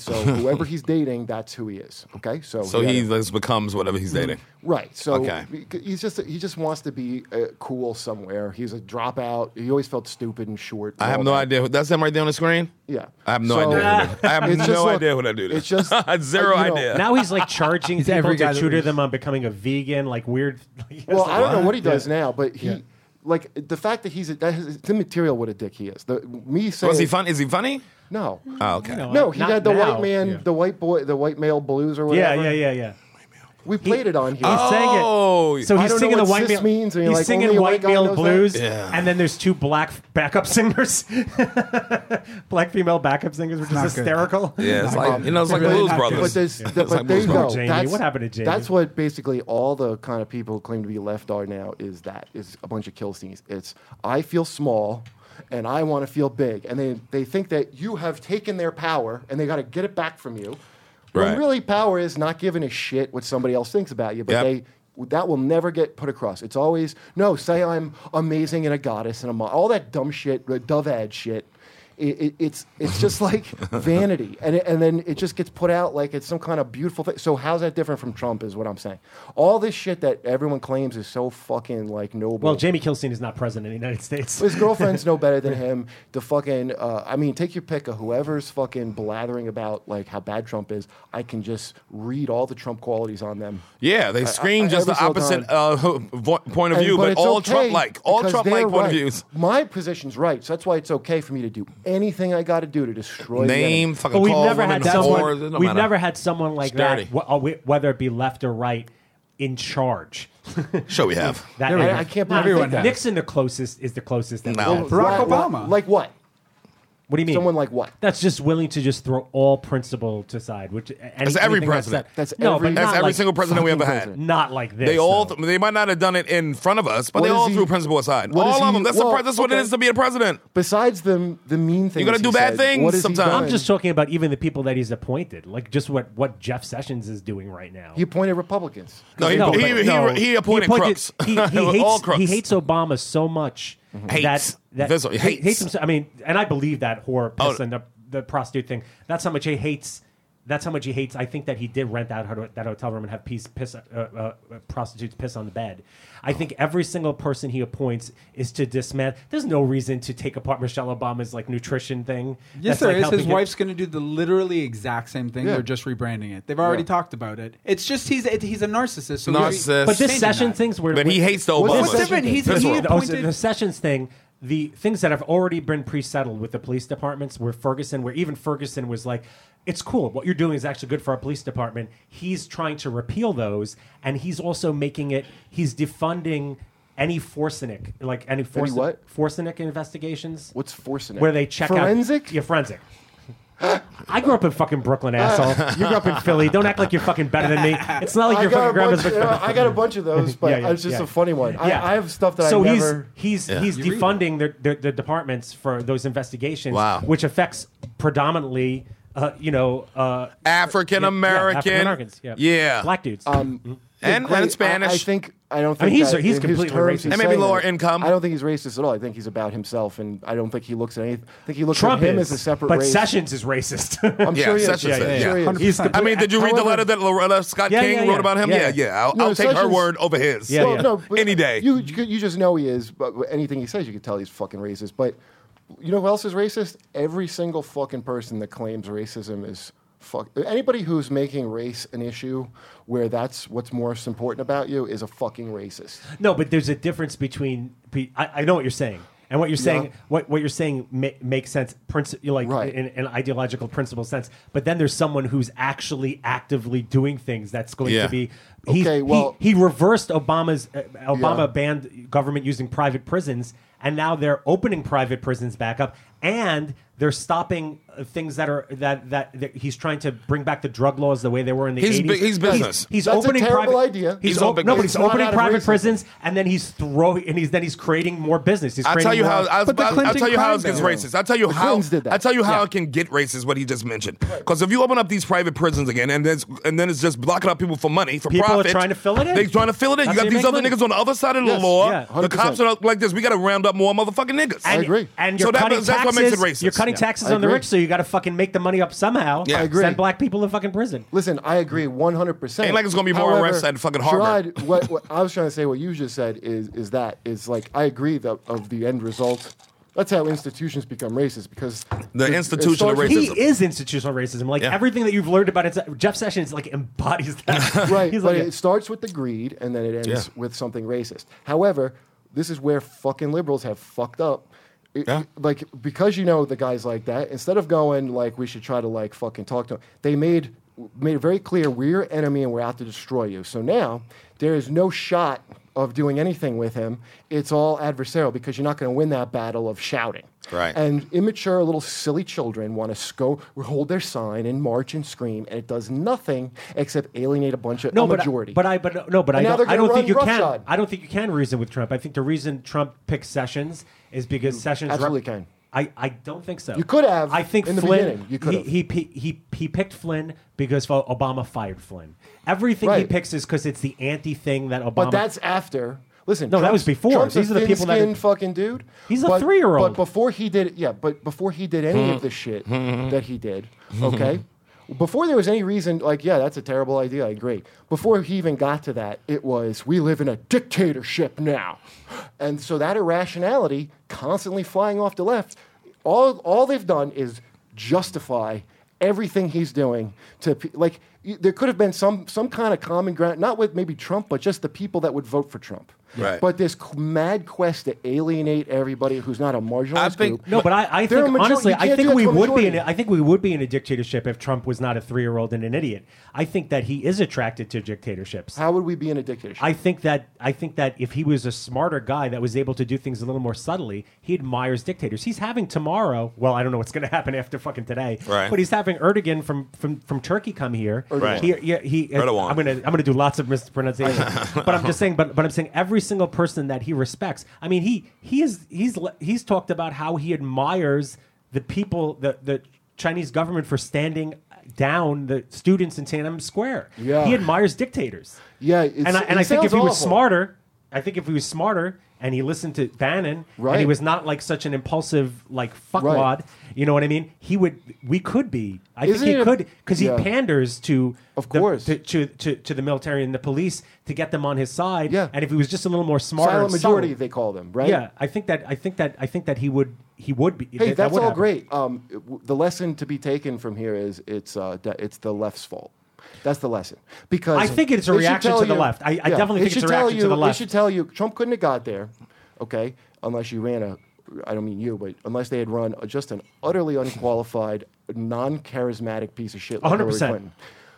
so whoever he's dating, that's who he is. Okay, so
so
he had
he
a-
just becomes whatever he's
Mm-hmm.
dating.
Right. So
Okay.
he's just he just wants to be uh, cool somewhere. He's a dropout. He always felt stupid and short. and
I have
all
no
that.
idea. who- That's him right there on the screen.
Yeah.
I have no
So-
idea. Who that, I have
It's just
no
like-
idea what I do. This.
it's just,
zero
uh, you know,
idea.
Now he's like charging
He's
people
every guy
to
that
tutor
was-
them on becoming a vegan, like weird. like,
Well,
it's
I don't know
like-
what he does now, but he like the fact that he's a, that is, it's immaterial what a dick he is. The me saying
Was he fun? Is he funny?
No,
Oh, okay.
No.
no, he
Not
had the
now.
white man,
Yeah.
the white boy, the white male blues or
Yeah,
whatever.
yeah, yeah, yeah.
We played it on here.
He's saying
Oh,
it. So
I
he's
don't know
singing the
what
white
cis
male.
means, and you're
he's
like, only
singing
a white
white
guy
male
knows that?
blues,
Yeah.
and then there's two black f- backup singers, black female backup singers, which is
not good.
hysterical.
Yeah, it's like you know, it's like the
Really
Blues
not good.
Brothers.
But, there's,
Yeah.
the-
It's
but
like
there you
Blues
go.
Brothers.
Jamie,
That's,
what happened to
That's
Jamie?
what basically all the kind of people who claim to be left are now is that is a bunch of kill scenes. It's I feel small and I want to feel big, and they they think that you have taken their power and they got to get it back from you.
Right.
When really, power is not giving a shit what somebody else thinks about you, but
Yep.
they. That will never get put across. It's always no. Say I'm amazing and a goddess and a mo- all that dumb shit, the dove ad shit it, it, it's it's just like vanity, and it, and then it just gets put out like it's some kind of beautiful thing. So how's that different from Trump? Is what I'm saying. All this shit that everyone claims is so fucking like noble.
Well, Jamie Kilstein is not president of the United States.
his girlfriend's no better than him. The fucking uh, I mean, take your pick of whoever's fucking blathering about like how bad Trump is. I can just read all the Trump qualities on them.
Yeah, they scream
I-
just the
every single
opposite uh, vo- point of
And-
view, but,
it's
all
okay
Trump like, all
because
Trump like
they're
point of
right.
views.
My position's right, so that's why it's okay for me to do anything I got to do to destroy the enemy.
Name, fucking
But we've
call,
never
women,
had someone.
whores, it don't
we've
matter.
never had someone like
It's dirty.
that, wh- uh, wh- whether it be left or right, in charge.
Sure, we have.
That
Everyone-
era.
I can't
Nah,
believe
think
that.
Nixon, the closest, is the closest. that
No.
we have.
Barack
Why- why-
Obama.
like what?
What do you mean?
Someone like what?
that's just willing to just throw all principle to side. Which uh, that's
every president.
That's
no,
every-
but
That's
not
every
like-
single president we ever
fucking
had.
president.
Not like this.
They all,
though.
they might not have done it in front of us, but
What
they
is
all
he-
threw principle aside.
what is
All of
he-
them. That's the
well,
pre- that's what it
okay.
is to be a president.
Besides the the mean things,
gotta
he
do bad
said,
things
what has he
sometimes.
done?
I'm
I'm just talking about even the people that he's appointed, like just what what Jeff Sessions is doing right now.
He appointed Republicans.
No, he, he,
but
he,
no.
he appointed, crooks.
He, he
all
hates,
crooks. Mm-hmm.
he hates Obama so much
Hates.
that, that
Visceral-
ha-
hates.
hates him. So, I mean, and I believe that horror
Oh.
piss and the, the prostitute thing. That's how much he hates. That's how much he hates. I think that he did rent out her- that hotel room and have piece, piss, uh, uh, uh, prostitutes piss on the bed. I think every single person he appoints is to dismantle. There's no reason to take apart Michelle Obama's like nutrition thing.
Yes,
That's,
there
like,
is.
helping
His
him-
wife's going to do the literally exact same thing.
Yeah.
They're just rebranding it. They've already
Yeah.
talked about it. It's just he's it, he's a narcissist. So
Narcissist.
But this
changing
session
that.
things were.
But he
were-
hates the
What's
Obamas.
the difference?
He's-
Visceral.
he
Oh, so
appointed-
the Sessions thing the things that have already been pre-settled with the police departments where Ferguson where even Ferguson was like it's cool what you're doing is actually good for our police department he's trying to repeal those and he's also making it he's defunding any Forsenik like any Forsenik
what?
Forsenik investigations
What's forcing it?
where they check
forensic?
out yeah forensic I grew up in fucking Brooklyn, asshole. You grew up in Philly. Don't act like you're fucking better than me. It's not like
I
your
got,
fucking
a bunch,
grandma's.
you know, I got a bunch of those, but
Yeah, yeah,
it's just
yeah.
a funny one. I, I have stuff that
so
I never.
he's he's he's defunding their, their their departments for those investigations,
Wow.
which affects predominantly, uh, you know, uh,
African American.
African Americans, yeah.
Yeah.
black dudes.
Um,
and,
Great.
and Spanish.
I, I think I don't. Think
mean, he's-
that
he's
in his
completely
terms
racist.
he's
And
maybe
saying
lower
that.
income.
I don't think he's racist at all. I think he's about himself, and I don't think he looks at any. I think he looks
Trump
at him
is,
as a separate
but
race.
Sessions is racist.
I'm
Yeah,
sure he is.
Sessions is,
I'm
yeah.
sure he is.
100%.
He's
I mean, did you read the
However-
letter that Loretta Scott
Yeah,
King
yeah,
wrote
yeah.
about him?
Yeah.
Yeah, yeah. I'll,
No,
I'll take her
Sessions-
word over his.
Yeah, yeah.
No, but
Any day.
You, you you just know he is. But anything he says, you can tell he's fucking racist. But you know who else is racist? Every single fucking person that claims racism is fuck. Anybody who's making race an issue, where that's what's most important about you, is a fucking racist.
No, but there's a difference between. be- I, I know what you're saying, and what you're saying,
Yeah.
what what you're saying ma- makes sense, princi- like
Right.
in an ideological principle sense. But then there's someone who's actually actively doing things that's going
Yeah.
to be. He,
Okay, well-
he, he reversed Obama's uh, Obama
Yeah.
banned government using private prisons, and now they're opening private prisons back up, and they're stopping uh, things that are that, that that he's trying to bring back the drug laws the way they were in the
He's
80s.
bu- he's business.
He's,
That's a
opening
terrible
private
idea.
He's,
He's
op-
open-
no, but
it's
he's
not
opening
out of
private
racism.
prisons and then he's throwing and he's then he's creating more business. He's
I'll tell you
creating
how.
more-
I'll,
But the
I'll- I'll
Clinton
tell you how
crime
it gets
bill.
racist. I'll tell you
The
how.
Clintons did that.
I'll tell you how it can get racist. What he just mentioned. Because if you open up these private prisons again, and there's and then it's just blocking up people for money for
People are
profit.
trying to fill it in.
They're trying to fill it in.
That's
you got
how you
these
make
other
money.
niggas on the other side of the
Yes,
law.
yeah,
the
100%.
cops are like this. We got to round up more motherfucking niggas.
and,
agree.
And
So
you're
that-
cutting
that's what
taxes.
makes it racist.
You're cutting
Yeah.
taxes
I
on the
agree.
rich, so you got to fucking make the money up somehow.
Yeah. I agree.
Send black people to fucking prison.
Listen, I agree 100%.
Ain't like it's gonna be more arrests at fucking Harvard.
Gerard, what, what I was trying to say, what you just said is is that is like I agree that of the end result. That's how institutions become racist because
The
it- it
institution of
starts with-
racism.
He is institutional racism. Like
Yeah.
everything that you've learned about it, Jeff Sessions like embodies that.
right,
He's
but
like,
it starts with the greed and then it ends
Yeah.
with something racist. However, this is where fucking liberals have fucked up. It-
Yeah.
Like because you know the guys like that, instead of going like we should try to like fucking talk to them, they made made it very clear we're your enemy and we're out to destroy you. So now there is no shot of doing anything with him. It's all adversarial because you're not going to win that battle of shouting.
Right.
And immature little silly children want to sco- hold their sign and march and scream, and it does nothing except alienate a bunch of
no,
a
but
majority.
but I but no, but I
And now
don't,
they're
I don't
gonna
think you
run
can.
roughshod.
I don't think you can reason with Trump. I think the reason Trump picked Sessions is because Sessions
Mm, absolutely can.
I, I don't think so.
You could have
I think
in the
Flynn.
beginning. You could
he,
have.
he pi- he he picked Flynn because fo- Obama fired Flynn. Everything he
Right.
picks is because it's the anti thing that Obama.
But that's after. Listen,
No, that was before.
Trump's
These
a
are the people that-
thin-skinned fucking dude.
He's a
but-
three-year-old.
But before he did, yeah, but before he did any of the shit that he did, okay. Before there was any reason, like, yeah, that's a terrible idea. I agree. Before he even got to that, it was we live in a dictatorship now, and so that irrationality constantly flying off the left. All all they've done is justify everything he's doing to pe- like y- there could have been some some kind of common ground not with maybe Trump but just the people that would vote for Trump
Right.
but this c- mad quest to alienate everybody who's not a marginalized
I think-
group
No, but I, I
They're
think
a major-
honestly,
you
I
can't
think
do that
we
to a
would be. In,
majority.
a- I think we would be in a dictatorship if Trump was not a three-year-old and an idiot. I think that he is attracted to dictatorships.
how would we be in a dictatorship
I think that I think that if he was a smarter guy that was able to do things a little more subtly, he admires dictators. He's having tomorrow. Well, I don't know what's going to happen after fucking today.
Right.
But he's having Erdogan from from, from Turkey come here.
Right.
He, yeah, he,
Erdogan.
I'm gonna I'm gonna do lots of mispronunciations. but I'm just saying. But but I'm saying every single person that he respects. I mean, he he is he's le- he's talked about how he admires the people the the Chinese government for standing down the students in Tiananmen Square.
Yeah.
He admires dictators
yeah it's,
and I, and
it
I think if
sounds
he was
awful.
smarter, I think if he was smarter and he listened to Bannon and he
Right.
was not like such an impulsive like fuckwad,
Right.
you know what I mean? He would, we could be. I
Isn't
think he
it a-
could because
Yeah.
he panders to
Of
the-
course.
to, to, to to the military and the police to get them on his side.
Yeah.
and if he was just a little more smarter,
silent
and
majority
subtle-
they call them right
yeah, I think that I think that I think that he would he would be.
hey
that- that
that's
would
all
happen.
great um, it w- the lesson to be taken from here is it's uh, de- it's the left's fault that's the lesson because
I think it's a
it should
reaction
tell
to the left. I- I definitely
it
think it's
should
a
tell
reaction to
you-
the left.
It should tell you Trump couldn't have got there, okay, unless you ran a I don't mean you, but unless they had run just an utterly unqualified, non-charismatic piece of shit like Hillary
100%.
Clinton.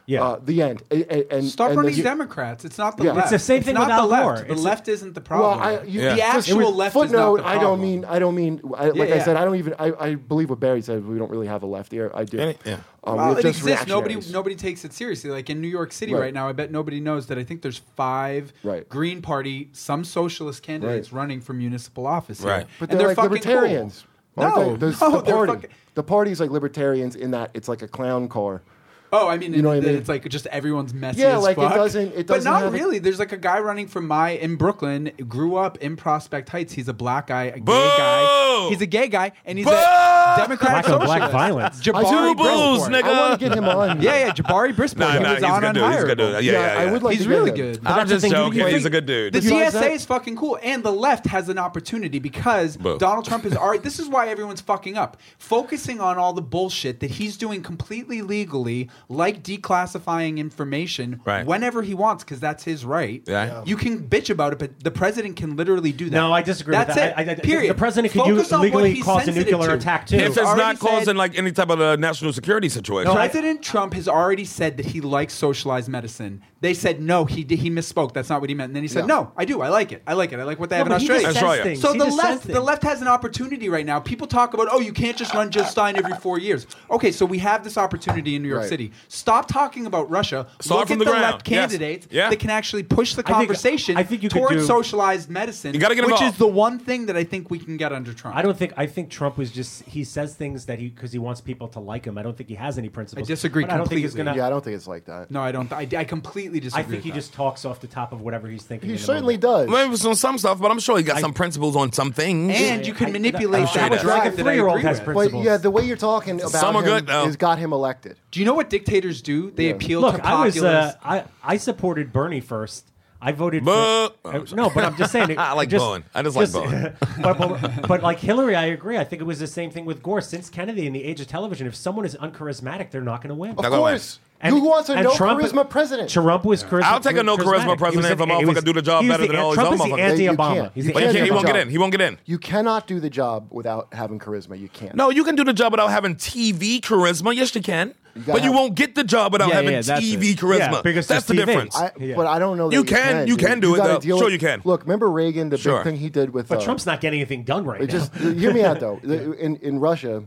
Yeah.
Uh, the end. A- a- And,
Stop
and
running
the-
Democrats. It's not the
Yeah.
left.
It's
the same thing
not
with Al
the
Gore.
Left. The
It's-
left isn't the
Well,
problem.
I, you,
Yeah.
The
just-
actual left is not
footnote.
the
I don't
problem.
mean. I don't mean. I, like I
yeah.
said, I don't even. I, I believe what Barry said. We don't really have a left here. I do.
Yeah, yeah.
Um,
well,
we're
it
just
exists. Nobody
reactionaries.
nobody takes it seriously. Like in New York City
Right.
right, now, I bet nobody knows that I think there's five
Right.
Green Party, some socialist candidates
Right.
running for municipal office. here.
Right.
But
and
they're, like
fucking
libertarians.
Cool.
aren't
No,
they? There's
no,
the
they're
party.
fucking-
The party's like libertarians in that it's like a clown car.
Oh, I mean,
You know what I
that
mean?
it's like just everyone's messy.
Yeah,
as
like, it
fuck.
doesn't- it doesn't
But not
have a-
really. There's like a guy running from my in Brooklyn, grew up in Prospect Heights. He's a black guy, a gay guy.
Boo!
He's a gay guy, and he's
Boo!
a Democratic
Black on
socialist.
black violence.
Jabari
Two
Brisport.
bulls, nigga.
I want to get him on.
Yeah, yeah, Jabari Brisport.
Nah,
he
nah,
was
he's
on
a good dude. He's a good dude.
Unhireable.
Yeah,
Yeah,
yeah.
I would like
He's
to
really
get him.
good.
I'm
That's the
just
thing, you
joking.
can-
He's a good dude.
The
Did you guys
TSA
that-
is fucking cool, and the left has an opportunity because
Boo.
Donald Trump is. All right, this is why everyone's fucking up, focusing on all the bullshit that he's doing completely legally, like declassifying information
Right.
whenever he wants, because that's his right.
Yeah. Yeah.
You can bitch about it, but the president can literally do that.
No, I disagree with
That's
that.
It.
I- I- I-
Period.
the president could
Focus
u-
on what
legally
he's
cause a
sensitive
nuclear
to.
attack, too.
If it's
Already
not causing
said-
like any type of uh, national security situation.
President Trump has already said that he likes socialized medicine. They said no, he did, he misspoke. That's not what he meant. And then he said,
No.
"No, I do. I like it. I like it. I like what they
No,
have in
but he just
Australia."
says Australia.
things.
So
He
the
just says
left,
things.
the left has an opportunity right now. People talk about, "Oh, you can't just run Jill Stein every four years." Okay, so we have this opportunity in New York
Right.
City. Stop talking about Russia.
Start
Look
from
at
the
the,
ground.
left
Yes.
candidates
Yeah.
that can actually push the
I think-
conversation
I think you could
towards
do-
socialized medicine.
You gotta get
which
involved.
is the one thing that I think we can get under Trump.
I don't think I think Trump was just he says things that he because he wants people to like him. I don't think he has any principles.
I disagree
But I don't think he's
completely.
gonna.
Yeah, I don't think it's like that.
No, I don't. I, I completely disagree.
I think
with
he
that.
just talks off the top of whatever he's thinking.
He
in the
certainly does.
moment.
Maybe it's on some stuff, but I'm sure he got some principles on some things.
and you can manipulate
I-
that
that was
drive
like a
that I
three-year-old
agree
has
with.
principles.
But yeah, the way you're talking about
Some are
him
good, though.
has got him elected.
Do you know what dictators do? They appeal to
Look, I
populace.
was uh, I I supported Bernie first. I voted. For,
Boo!
uh, no, but I'm just saying. it-
I like
just,
Bowen. I just like Bowen.
but, but, but like Hillary, I agree. I think it was the same thing with Gore. Since Kennedy, in the age of television, if someone is uncharismatic, they're not going to win.
Of
Now go away.
course.
And-
Who wants a
and
no
Trump-
charisma president?
Trump was charisma.
I'll take a no charisma
charismatic. He
president
was an-
if a
he was-
motherfucker do the job
he was
better
the-
than all these
Trump
other
is the
motherfuckers.
They- you
anti-Obama.
can't.
He's
You
the
But he,
Yeah,
can't, he
yeah,
won't
anti-Obama.
yeah.
get in. He won't get in.
You cannot do the job without having charisma. You can't.
No, you can do the job without having TV charisma. Yes, you can.
gotta
but you
have-
won't get the job without
Yeah,
having
yeah, that's
TV
it.
charisma.
Yeah, because
that's
it's
the
TV.
difference.
I,
Yeah.
But I don't know. That
You
you,
can- you can do it,
gotta
though.
deal
Sure
with-
you can.
Look, remember Reagan, the
Sure.
big thing he did with.
But
uh,
Trump's not getting anything done right
It
now.
just hear me out though. The- In in Russia,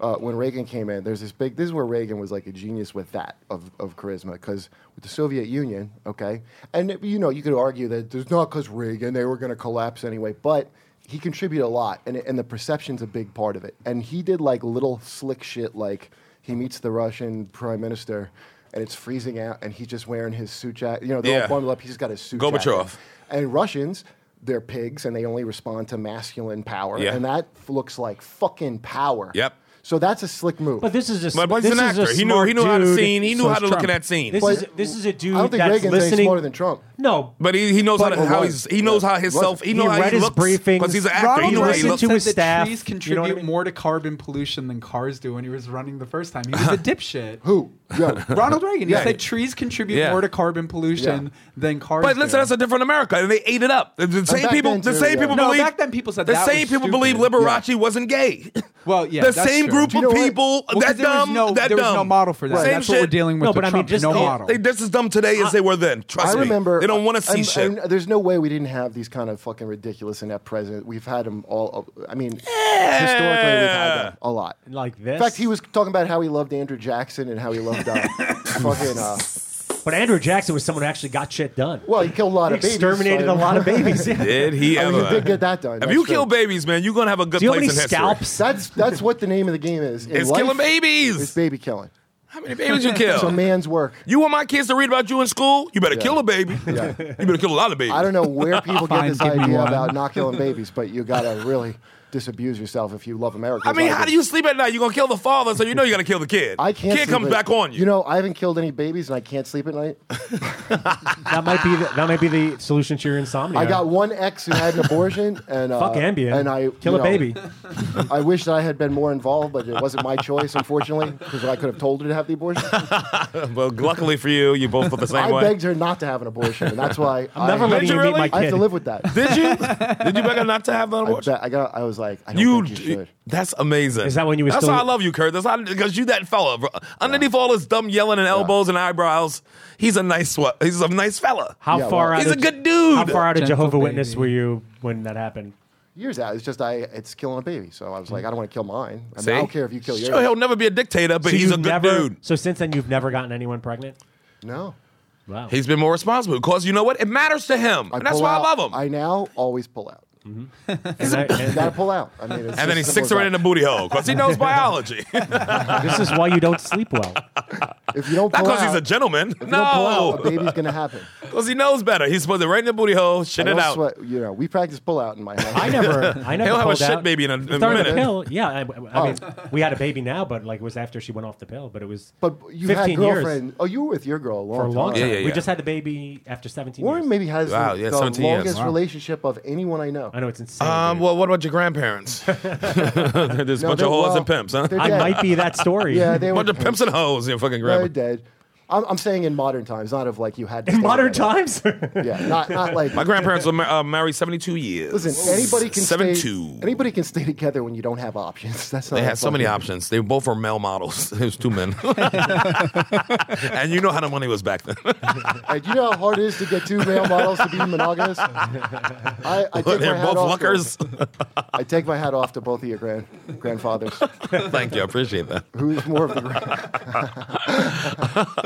uh, when Reagan came in, there's this big. This is where Reagan was like a genius with that of, of charisma because with the Soviet Union, okay, and it- you know you could argue that there's not because Reagan they were going to collapse anyway, but. He contributed a lot, and, it- and the perception's a big part of it. And he did like little slick shit, like he meets the Russian prime minister, and it's freezing out, and he's just wearing his suit jacket. You know, they're
Yeah.
all bundled up. He's just got his suit
Gorbachev.
jacket. And Russians, they're pigs, and they only respond to masculine power,
Yeah.
and that f- looks like fucking power.
Yep.
So that's a slick move.
But this is just.
but but
this
he's an
is a
actor. He knew
smart
he knew how to
dude.
scene. He knew
So
how
is
to look
Trump.
in that scene.
This
But-
is this is a dude
I don't think
that's
Reagan's any
listening.
smarter than Trump.
No,
But he, he knows how
But-
to, how
Well,
he's he knows how
wasn't.
himself he, knows
He
how
read
he
his
looks
briefings.
because he's an actor.
Ronald
he knows how he
Reason
Reagan
looks.
to
said
his
that
staff,
trees
you know what I
contribute
mean?
more to carbon pollution than cars do when he was running the first time. He was a dipshit.
who? Yeah.
Ronald Reagan. He
Yeah.
said trees contribute
Yeah.
more to carbon pollution
Yeah.
than cars.
But listen,
do.
that's a different America, and they ate it up. The, the same
back
people,
then,
the
too,
same
yeah.
people
No,
believe.
back then people said
the
that
same
was
people believe
stupid.
Liberace wasn't gay.
Well, yeah,
the
that's
same
true.
group
you
Do
of
know what?
people.
Well, 'cause
that
there was
dumb.
no-
that
there was
dumb.
no model for that.
Same
That's
shit.
what we're dealing with.
No,
with
but I mean,
Trump.
just
no
the-
model.
They, this is dumb today as they were then. Trust
I
me.
remember.
They don't want to see
I'm-
shit.
I'm- there's no way we didn't have these kind of fucking ridiculous inept presidents. We've had them all. I mean, historically, we've had them a lot.
like this.
In fact, he was talking about how he loved Andrew Jackson and how he loved uh, fucking. Uh,
But Andrew Jackson was someone who actually got shit done.
well, he killed a lot
he
of babies.
exterminated
so-
a lot of babies. yeah.
Did he
I
ever?
mean, he Oh, did get that done.
If
that's
you
true.
kill babies, man, you're gonna have a good
Do you know how
place
many
in history.
scalps?
that's that's what the name of the game is. In
It's killing babies.
It's baby killing.
How many babies you
It's a
kill?
man's work.
Oh. You want my kids to read about you in school? You better
Yeah.
kill a baby.
Yeah.
You better kill a lot of babies.
I don't know where people get
Fine,
this
give me
idea
one.
about not killing babies, but you gotta really disabuse yourself if you love America.
I mean, how do you sleep at night? You're gonna kill the father, so you know you gotta kill the kid.
I can't.
Kid
sleep
comes
at-
back on you.
You know, I haven't killed any babies, and I can't sleep at night.
That might be the, that might be the solution to your insomnia.
I got one ex who had an abortion, and uh,
fuck Ambien
and I
kill
you
a
know,
baby.
I wish that I had been more involved, but it wasn't my choice, unfortunately, because I could have told her to have the abortion.
Well, luckily for you, you both felt the same
I
way.
begged her not to have an abortion, and that's why I,
Never
Did
letting
you
you meet
really?
my
I have
kid.
to live with that.
Did you? Did you beg her not to have that
I,
abortion?
bet- I got. I was like, I don't
You,
think you should.
that's amazing.
Is that when you was
That's
still-
why I love you, Kurt. That's how because you that fella. Bro. Underneath all his dumb yelling and elbows and eyebrows, he's a nice wa- he's a nice fella.
How
Yeah,
far
well-
out?
He's
of,
a good dude.
How far out of
Gentle
Jehovah Witness
baby.
were you when that happened?
Years out. It's just I. It's killing a baby. So I was like, I don't want to kill mine. I, mean,
See?
I don't care if you kill yours.
Sure, he'll never be a dictator, but he's a
you've
good
never,
dude.
So since then, you've never gotten anyone pregnant.
no.
Wow.
He's been more responsible because you know what? It matters to him,
I
and that's
pull
why
out,
I love him.
I now always pull out.
And I-
You
and
gotta pull out. I mean, it's
and then he
just
sticks
simple
her
as
in the booty hole because he knows biology. Not
this is why you don't sleep well.
that. If you don't pull
because
out,
he's a gentleman.
if you don't pull
No,
out, a baby's gonna happen.
because he knows better. He's supposed to right in the booty hole, shit
I
it
don't
out.
sweat- you know, we practice pull out in my house.
I never, I never.
He'll have a
pulled
shit
out.
baby in a- in a
Started
minute.
pill, yeah. I, I mean,
Oh.
we had a baby now, but like it was after she went off the pill. But it was
But you had
15
girlfriend.
years
Oh, you were with your girl a long
for a long time.
time.
Yeah, yeah,
We
yeah.
just had the baby after seventeen.
Warren
years.
maybe has
Wow,
the,
yeah,
the
17 years.
longest
Wow.
relationship of anyone I know.
I know it's insane.
Um,
dude.
well, what about your grandparents? There's a
No,
bunch
they're-
of whores
well,
and pimps, huh?
they're
I
dead.
might be that story.
Yeah, they were
bunch of pimps and hoes, your fucking
they're
grandma.
dead. I'm, I'm saying in modern times, not of like you had to
in
stay
modern
with them.
times.
Yeah, not not like
My grandparents were ma- uh, married 72 years.
Listen, anybody can stay.
72.
Anybody can stay together when you don't have options. That's not
They had so many
fucking-
options. They both were male models. It was two men. and you know how the money was back then.
Hey, do you know how hard it is to get two male models to be monogamous? I, I take
They're
my hat
both
off to-
luckers.
I take my hat off to both of your grand grandfathers.
Thank you. I appreciate that.
Who's more of the grand?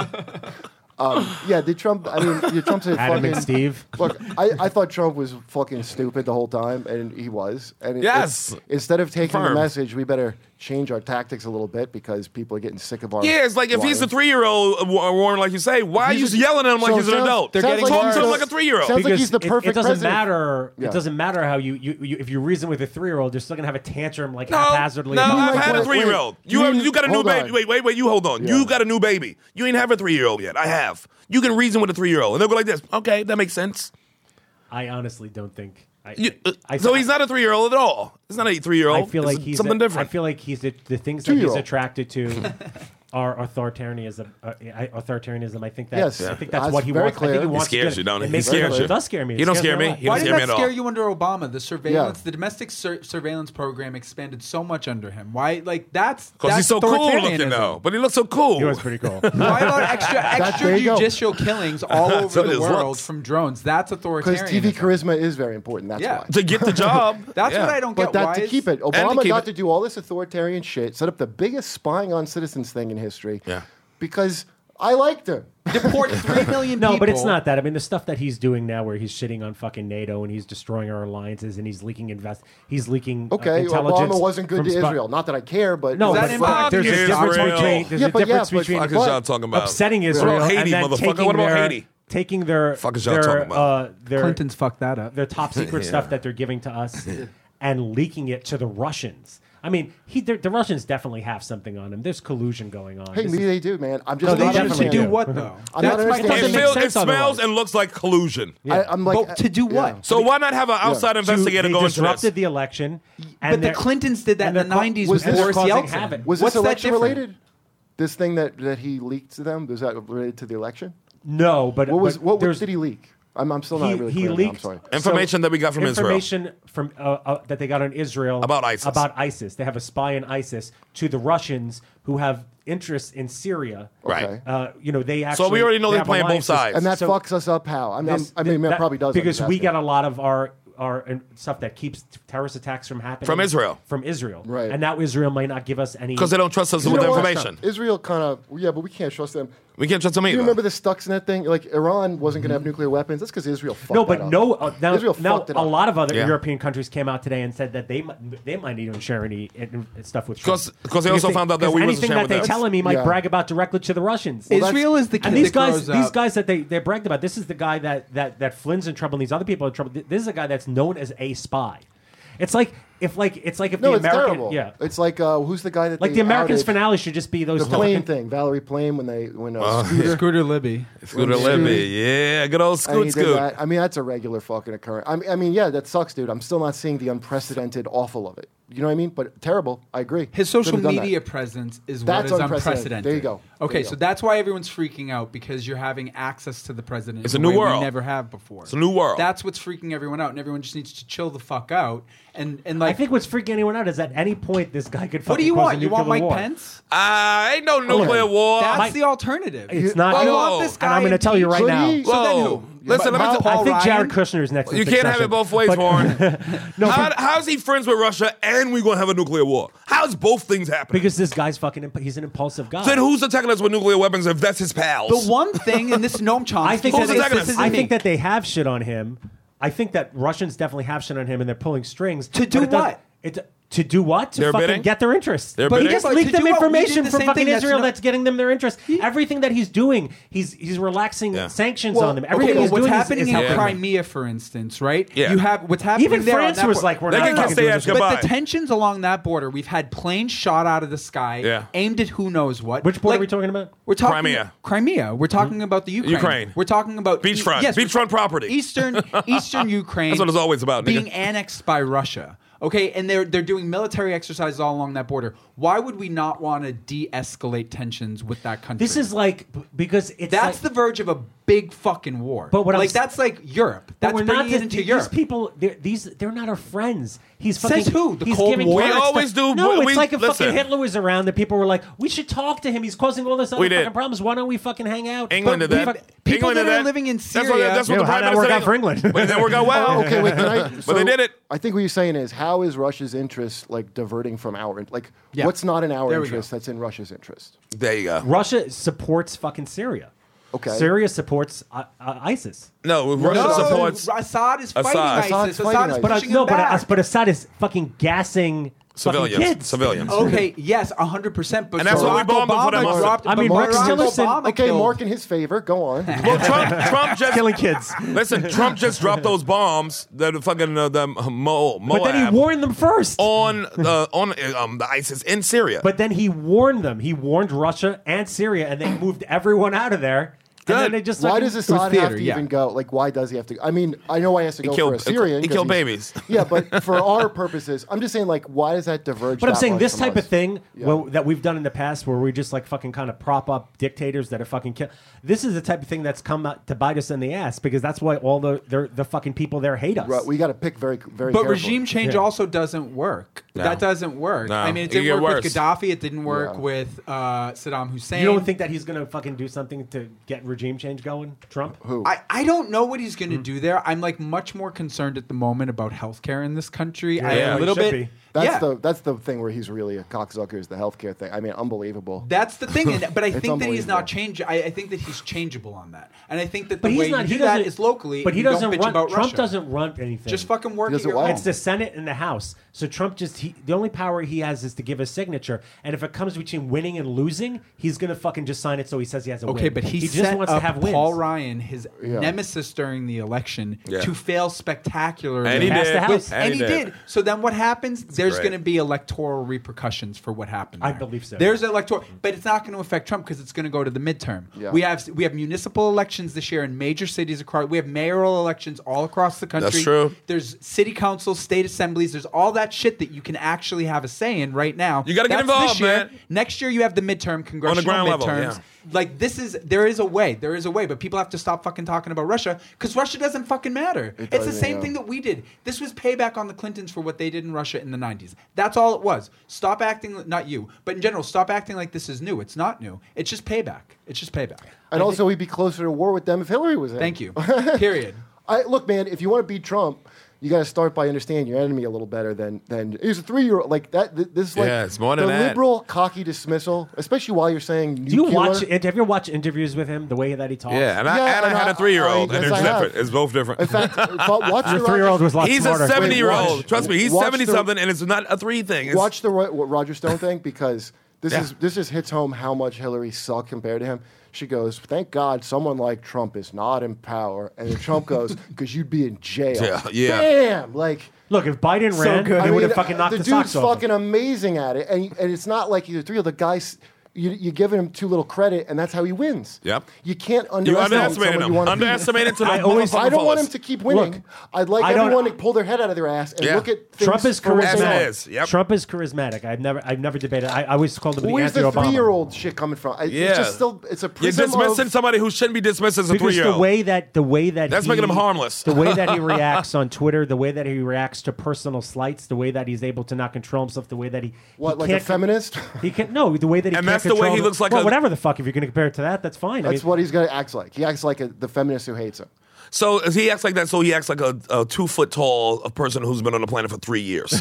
um, yeah, did Trump? I mean, yeah, Trump's a
Adam
fucking.
and Steve.
Look, I, I thought Trump was fucking stupid the whole time, and he was. And it-
Yes.
it's- instead of taking
Confirmed.
the message, we better change our tactics a little bit because people are getting sick of our.
Yeah, it's like if he's a
lying.
three year old, Warren, like you say, why are you
He's a-
yelling at him like
so
he's an
sounds-
adult?
They're
Talk
getting
to him
worse.
like a three year
Sounds
old.
like he's the
it- it,
perfect
doesn't
president.
matter.
Yeah.
It doesn't matter how you, you, you if you reason with a three year old, you're still gonna have a tantrum like
No,
haphazardly.
no,
about
I've
it.
like
had a
wait,
three year old.
wait.
You have,
You-
you got a new
hold
baby.
on.
Wait, wait, wait. You hold on.
Yeah.
You got a new baby. You ain't have a three year old yet. I have. You can reason with a three year old, and they'll go like this. Okay, that makes sense.
I honestly don't think. I,
You, uh,
I-
so he's not a three year old at all. He's not a three year
I
old.
feel like he's
something
a-
different.
I feel like he's the, the things that he's
Two-year-old.
attracted to are authoritarianism. Uh, I- authoritarianism. I think that.
Yes.
I think that's
That's
what he
very
wants. I think
clear. He
he wants. to
scares
get-
you, don't he?
It makes
He scares
it,
you.
It does scare me. It
He don't
scares
scare me.
a lot.
He
Why
don't
did
scare me
that
at
scare
all.
you under Obama? The surveillance, the domestic sur- surveillance program expanded so much under him. Why, like that's
Because he's
that's
so cool looking
authoritarianism.
though, but he looks so cool.
He was pretty cool.
Why about extra
there you go.
extrajudicial killings all
So
over
it
the
is
world
looks.
from drones? That's
Because
authoritarian.
TV charisma is very important. That's
Yeah.
why.
to get the job.
That's
Yeah.
what I don't get.
But that
why
to
is-
keep it,
to
Obama
keep
got
it-
to do all this authoritarian shit, set up the biggest spying on citizens thing in history.
Yeah.
Because I liked him.
Uh,
deport three million.
No, but it's
people.
not that. I mean, the stuff that he's doing now, where he's shitting on fucking NATO and he's destroying our alliances and he's leaking invest, he's leaking. uh,
Okay,
intelligence
Obama wasn't good
from
to
spot-
Israel. Not that I care, but
No, but
Is that
fuck,
involved?
there's a
Israel.
difference between there's
Yeah,
a
but yeah,
difference
but
between
Fuck is y'all
What?
talking about?
upsetting
What
Israel
about Haiti,
and then
motherfucker?
taking
What about
their
Haiti?
taking their
Fuck is y'all
their
talking about?
uh, their
Clinton's fucked that up.
their top secret
Yeah.
stuff that they're giving to us and leaking it to the Russians. I mean, he the the Russians definitely have something on him. There's collusion going on.
Hey,
This
maybe
is-
they do, man. I'm
No,
just
they
not
definitely Uh-huh.
to
understanding.
do
do.
what though?
I'm not
That's my
understanding.
It,
Doesn't
It
make
feel, it
sense
smells
otherwise.
and looks like collusion.
I, I'm like,
Well, to do what?
Yeah.
So why not have an outside
to-
investigator
they
go into
disrupted
this?
the election.
But
And
the
they're-
Clintons did that
and
in the
they're cau-
'90s
was
with
this
Boris
causing
Yeltsin.
havoc.
Was
What's
this
that
election
different?
related? This thing that, that he leaked to them was that related to the election?
No, but
What was
but
what
there's-
was, did he leak? I'm, I'm still not really
he
clear. now,
leaked
I'm sorry.
Information that we got from Israel.
information from uh, uh, that they got on Israel
About ISIS.
About ISIS, they have a spy in ISIS to the Russians who have interests in Syria.
Right.
Okay.
Uh, you know they actually.
So we already know they're
have
playing both
alliances.
sides.
And that
So-
fucks us up. How? I mean,
This-
I'm- I mean, it
that-
probably does. I'm
because
just
we
asking.
get a lot of our our uh, stuff that keeps t- terrorist attacks from happening
From Israel.
From Israel,
Right.
And now Israel might not give us any
Because they don't trust us with
You know what?
information.
Israel kind of yeah, but we can't trust them.
We can't trust them
Do you
either.
remember the Stuxnet thing? Like Iran wasn't going to have nuclear weapons. That's because Israel fucked
Mm-hmm. No,
that
but
up.
no. Uh, now,
Israel
now
fucked it
a
up.
lot of other
Yeah.
European countries came out today and said that they mi- they might even share any and, and stuff with Trump.
'Cause- 'cause they also found out that
'cause
we wasn't
anything
sharing
that
with
they
them.
tell him he might
Yeah.
brag about directly to the Russians.
Israel is the kid
and these
that
guys,
grows
these
up-
guys that they they bragged about. This is the guy that that that Flynn's in trouble. and These other people are in trouble. Th- This is a guy that's known as a spy. It's like if like it's like if
No,
the
it's
American
terrible.
yeah.
it's like uh, who's the guy that
Like
they
the Americans'
outed?
finale should just be those
the plane
fucking-
thing, Valerie Plame when they when uh,
Scooter Libby.
Scooter Libby. Yeah, good old
And he
Scoot
did
Scoot.
that. I mean, that's a regular fucking occurrence. I mean, I mean, yeah, that sucks, dude. I'm still not seeing the unprecedented awful of it. You know what I mean? But terrible. I agree.
His social
Should've done that.
media presence is
That's
what is
unprecedented.
unprecedented.
There you go. There
Okay,
you
so
go.
that's why everyone's freaking out because you're having access to the president.
It's
in
a new
way
world.
We never have before. It's
a new world.
That's what's freaking everyone out, and everyone just needs to chill the fuck out And and
I
like,
think what's freaking anyone out is at any point this guy could.
what do
fucking
you
cause a
want? You want
nuclear
Mike
war. Uh,
Pence?
Uh, ain't no nuclear war.
That's
Mike-
the alternative.
It's not.
I
you
want this guy.
and I'm going to
in
tell you
peace.
right
So
now.
he-
Whoa.
So then who?
Listen, let me
Paul-
t-
I
Paul
think
Ryan?
Jared Kushner is next. in
You can't have
succession.
it both ways,
But-
Warren.
no,
How,
but-
how's he friends with Russia and we gonna have a nuclear war? How's both things happening?
because this guy's fucking. imp- He's an impulsive guy.
then who's attacking us with nuclear weapons if that's his pals?
The one thing, and this Noam Chomsky.
I think,
Who's
that they,
says this,
attacking
this
us?
isn't
I
me.
think that they have shit on him. I think that Russians definitely have shit on him, and they're pulling strings
To do
but it does-
what?
It, to do what? To
They're
fucking
bidding?
get their interest.
They're
but he
bidding?
just
But
leaked
to
them
do what? We did
information
the
from
same
fucking
thing. That's
Israel
no-
that's getting them their interest. Everything that he's doing, he's he's relaxing
Yeah.
sanctions
Well,
on them.
okay,
Everything
but
he's
what's
doing is-
happening
is
in
helping them.
Crimea, for instance, right?
Yeah.
You have what's happening.
Even
there on
France
that
was
bor-
like, we're
They
not
can
fucking
kiss their
doing
ass
this.
goodbye.
But the tensions along that border, we've had planes shot out of the sky,
Yeah.
aimed at who knows what.
Which border
Like,
are we talking about?
We're talking
Crimea. Mm-hmm.
Crimea. We're talking about the Ukraine.
Ukraine.
We're talking about
Beachfront.
yes,
Beachfront
we're-
property.
Eastern Eastern Ukraine.
That's what it's always about, nigga.
Being annexed by Russia. Okay, and they're they're doing military exercises all along that border. Why would we not want to de-escalate tensions with that country?
This is like because it's
that's
like-
the verge of a big fucking war.
But what I'm
like
s-
that's like Europe.
But
That's
we're
bringing
not
it
the-
into
these
Europe.
people. They're, these they're not our friends. He's fucking.
Says who? The
he's
Cold
giving
War?
Carter
We
always do,
stuff- No,
but
it's
we-
like if
listen.
fucking Hitler was around, the people were like, "We should talk to him. He's causing all this other
We did.
fucking problems. Why don't we fucking hang out?"
England
But
did
we
that.
fuck-
people
England
that
did
are
that.
living in
That's what,
Syria-
that's what the
Yeah, how'd
prime
that
minister
work out
did.
for England?
But it didn't work out well.
Oh, okay, wait, can I, so
they did it.
I think what you're saying is how is Russia's interest like diverting from our in- like
Yeah.
what's not in our
There we
interest that's in Russia's interest?
There you go.
Russia supports fucking Syria.
Okay.
Syria supports uh, uh, ISIS.
No, Russia
No,
supports.
Assad is fighting
Assad.
ISIS.
Assad's fighting
Assad is
ISIS.
But uh,
pushing
no,
him
but
back.
uh, but Assad is fucking gassing
Civilians.
Fucking kids.
Civilians.
Okay, yes, hundred percent. But
And that's
Barack
what we bombed before that
Obama
monster.
dropped.
I mean,
but
Rex
Barack
Tillerson-
Obama
Okay,
killed-
Mark in his favor. Go on.
Well, Trump, Trump just
killing kids.
Listen, Trump just dropped those bombs that are fucking uh, the Mo Moab
But then he warned them first.
on the on uh, um, the ISIS in Syria.
But then he warned them. He warned Russia and Syria, and they moved everyone out of there. And then
Good.
they just
Why
fucking-
does Assad
theater,
have to
yeah.
even go? Like, why does he have to? I mean, I know why he has to go
killed-
for a Syrian.
he
'cause
killed
he's-
babies.
Yeah, but for our purposes, I'm just saying, like, why does that diverge?
But I'm
that
saying
much
this
from
type
us?
of thing
Yeah.
well, that we've done in the past, where we just like fucking kind of prop up dictators that are fucking kill. This is the type of thing that's come out to bite us in the ass because that's why all the they're- the fucking people there hate us.
Right, we got to pick very, very.
But
carefully.
regime change
Yeah.
also doesn't work.
No.
That doesn't work.
No.
I mean, it
It could
didn't
get
work
worse.
with Gaddafi. It didn't work
Yeah.
with uh, Saddam Hussein.
you don't think that he's gonna fucking do something to get regime change going, Trump? Who?
I, I don't know what he's going
Mm-hmm.
to do there. I'm like much more concerned at the moment about healthcare in this country. I
Yeah,
am a
you
little
should
bit.
be.
That's
yeah.
the that's the thing where he's really a cocksucker is the healthcare thing. I mean, unbelievable.
That's the thing, and- but I
It's
think that he's
unbelievable.
not change. I, I think that he's changeable on that, and I think that the
But he's
way you
not.
do
He
that
doesn't.
is locally.
But he
and you
doesn't
don't bitch
run.
about
Trump
Russia.
doesn't run anything.
Just fucking work.
doesn't
at your
what?
own.
It's the Senate and the House. So Trump just he, the only power he has is to give a signature. And if it comes between winning and losing, he's gonna fucking just sign it so he says he has a win.
Okay, but he,
just
set
wants
up
to have wins.
Paul Ryan, his
Yeah.
nemesis during the election,
Yeah.
to fail spectacularly.
And he
Pass the did. House.
With- and, he did. So then what happens? There's
great.
going to be electoral repercussions for what happened.
I
there.
believe so.
There's electoral, but it's not going to affect Trump because it's going to go to the midterm.
Yeah.
We have we have municipal elections this year in major cities across. We have mayoral elections all across the country.
That's true.
There's city councils, state assemblies. There's all that shit that you can actually have a say in right now.
You gotta get
That's
involved,
this year.
man.
Next year you have the midterm congressional
ground
midterms
level, yeah.
like this is there is a way there is a way but people have to stop fucking talking about russia because russia doesn't fucking matter it's the
doesn't,
same
yeah.
thing that we did this was payback on the clintons for what they did in russia in the 90s that's all it was stop acting not you but in general stop acting like this is new it's not new it's just payback it's just payback
and also, we'd be closer to war with them if Hillary was in.
thank you period
I, look, man, if you want to beat Trump, you got to start by understanding your enemy a little better than than he's a three year old like that. th- This is like
Yeah, it's more than
the
that.
liberal cocky dismissal, especially while you're saying
Do you
nuclear.
watch? Have you ever watched interviews with him? The way that he talks.
yeah, and I,
Yeah,
and I
and
had
I-
a three-year-old,
I-
and
yes,
it's
I have.
different. It's both different.
In fact, but watch
Your
the
three year old was a lot
he's
smarter.
a seventy-year-old.
watch-
Trust me, he's
watch the-
seventy-something, and it's not a three thing. It's-
watch the Ro- Roger Stone thing because this
Yeah.
is this just hits home how much Hillary sucked compared to him. She goes, "Thank God someone like Trump is not in power," and then Trump goes, "Because you'd be in jail."
Yeah, yeah.
Damn, like.
Look, if Biden ran,
I
they would have
mean,
fucking knocked
the
the,
dude's
socks off. him.
fucking amazing at it, and and it's not like he's a three. The guy's you, you're giving him too little credit, and that's how he wins.
Yep.
You can't
You
underestimate
underestimated
someone
him.
you want to beat.
Underestimated to the
I always-
I don't want
motherfucking
him to keep winning.
Look,
I'd like
I don't-
everyone to pull their head out of their ass and
Yeah.
look at things
Trump is
for what they
As
are.
it
charismatic.
is, yep.
Trump is charismatic. I've never, I've never debated. I, I always called him the
Where's the
anti-Obama.
three-year-old shit coming from? I,
Yeah.
It's just still it's a
You're
prism
dismissing
of,
somebody who shouldn't be dismissed as a three
Because
year
the
old.
way that the way that
That's
he-
making him harmless.
The way that he reacts on Twitter, the way that he reacts to personal slights, the way that he's able to not control himself, the way that he
what
he
like a
can't-
feminist.
He can no the way that he
And
can't
that's the way
control-
he looks like
well,
a-
whatever the fuck. If you're going to compare it to that, that's fine.
That's
I mean,
what he's gonna act like. He acts like a, the feminist who hates him.
So he acts like that. So he acts like a, a two foot tall a person who's been on the planet for three years.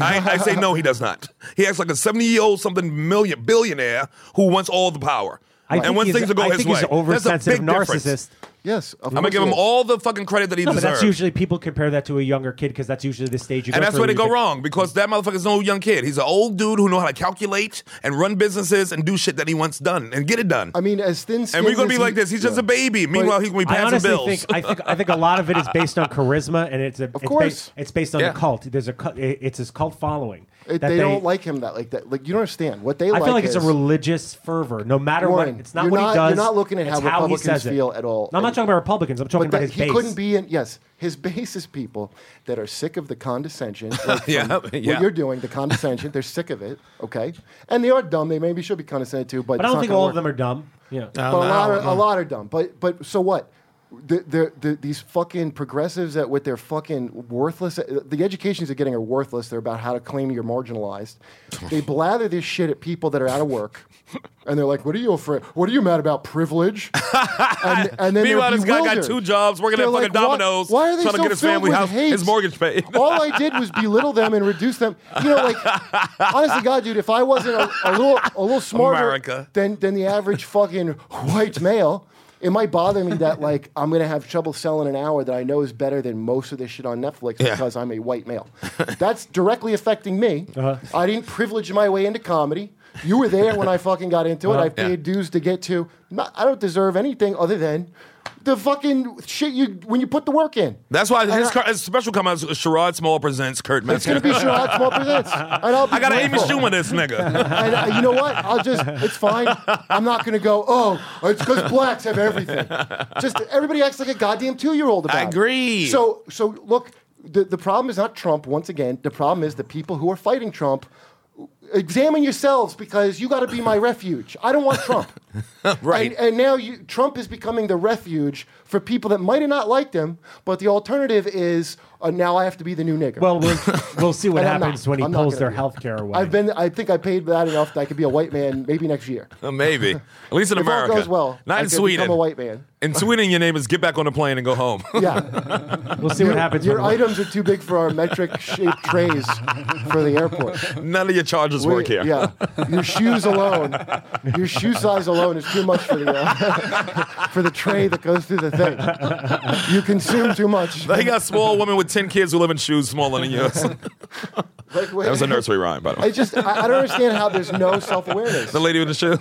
I, I say no, he does not. He acts like a seventy year old something million billionaire who wants all the power.
I
and
think
wants
he's-
things to go
I
his
think
way.
he's an oversensitive
That's a big
narcissist.
difference.
Yes, of
I'm gonna
course
give
it
him
is.
all the fucking credit that he
No, but
deserves.
that's usually people compare that to a younger kid because that's usually the stage you go
and that's
through
where they
you
go
think-
wrong because that motherfucker's no young kid. He's an old dude who know how to calculate and run businesses and do shit that he wants done and get it done.
I mean, as thin.
and we're gonna be like this. He's just a baby. Meanwhile, he's gonna be
I
passing
honestly
bills.
think I think I think a lot of it is based on charisma, and it's a, it's,
course.
based, it's based on
Yeah.
the cult. There's a cult, it- it's his cult following.
It,
that
they, don't like him that like that. Like you don't understand what they
I
like.
feel like it's a
is-
religious fervor. No matter
Warren,
what, it's not
you're
what
not-
he does.
you're not looking at
it's
how
he
Republicans
says it.
feel at all.
No, I'm not
And-
talking about Republicans. I'm talking
But
about
that,
his
he
base.
couldn't be in. Yes, his base is people that are sick of the condescension. like, from
Yeah, yeah.
What you're doing, the condescension. They're sick of it. Okay, and they are dumb. They maybe should be condescended to, but,
But I don't think all of them are dumb. Uh, Yeah.
But a lot, are, a lot are dumb. But but so what? The, the, the, these fucking progressives that with their fucking worthless the educations they're getting are worthless. They're about how to claim you're marginalized. They blather this shit at people that are out of work, and they're like, "What are you afraid? What are you mad about? Privilege?" And, and then they're
Meanwhile, this guy got
bewildered.
two jobs working
They're
at fucking
like, "Why-
Domino's,
Why, are they
trying to
so
get his
filled
family
with
house-
hate?
his mortgage paid.
All I did was belittle them and reduce them. You know, like honestly, God, dude, if I wasn't a, a little a little smarter
America.
than than the average fucking white male. It might bother me that like I'm gonna have trouble selling an hour that I know is better than most of this shit on Netflix
Yeah.
because I'm a white male. That's directly affecting me. I didn't privilege my way into comedy. You were there when I fucking got into
Uh-huh.
it. I paid dues to get to. Not, I don't deserve anything other than the fucking shit you when you put the work in.
That's why his,
I-
car- his special comes out. is Sherrod Small presents Kurt
It's
Metzger.
gonna be Sherrod Small presents. And I'll be
I got to Amy
grateful.
Schumer this nigga.
And uh, you know what? I'll just, it's fine. I'm not going to go, oh, it's because blacks have everything. Just everybody acts like a goddamn two year old about
I
it.
agree.
So, so look, the, the problem is not Trump, once again. The problem is the people who are fighting Trump. Examine yourselves because you got to be my refuge. I don't want Trump.
Right.
And, and now you, Trump is becoming the refuge for people that might have not liked him, but the alternative is uh, now I have to be the new nigger.
Well, we'll, we'll see what
And I'm
happens
not-
when he
I'm not
pulls
gonna
their
do it.
health care away.
I've been. I think I paid that enough that I could be a white man maybe next year.
Maybe. At least in
If
America.
all goes well,
Not
I
in
could
Sweden.
become a white man.
In Sweden, your name is get back on the plane and go home.
Yeah,
We'll see what happens.
your
when-
items are too big for our metric-shaped trays for the airport.
None of your charges
We-
work here.
Yeah, your shoes alone, your shoe size alone is too much for the uh, for the tray that goes through the thing. You consume too much.
They got small women with 10 kids who live in shoes smaller than yours. that
Like, wait,
was a nursery rhyme, by the
I
way.
just I, I don't understand how there's no self-awareness.
The lady with the shoe.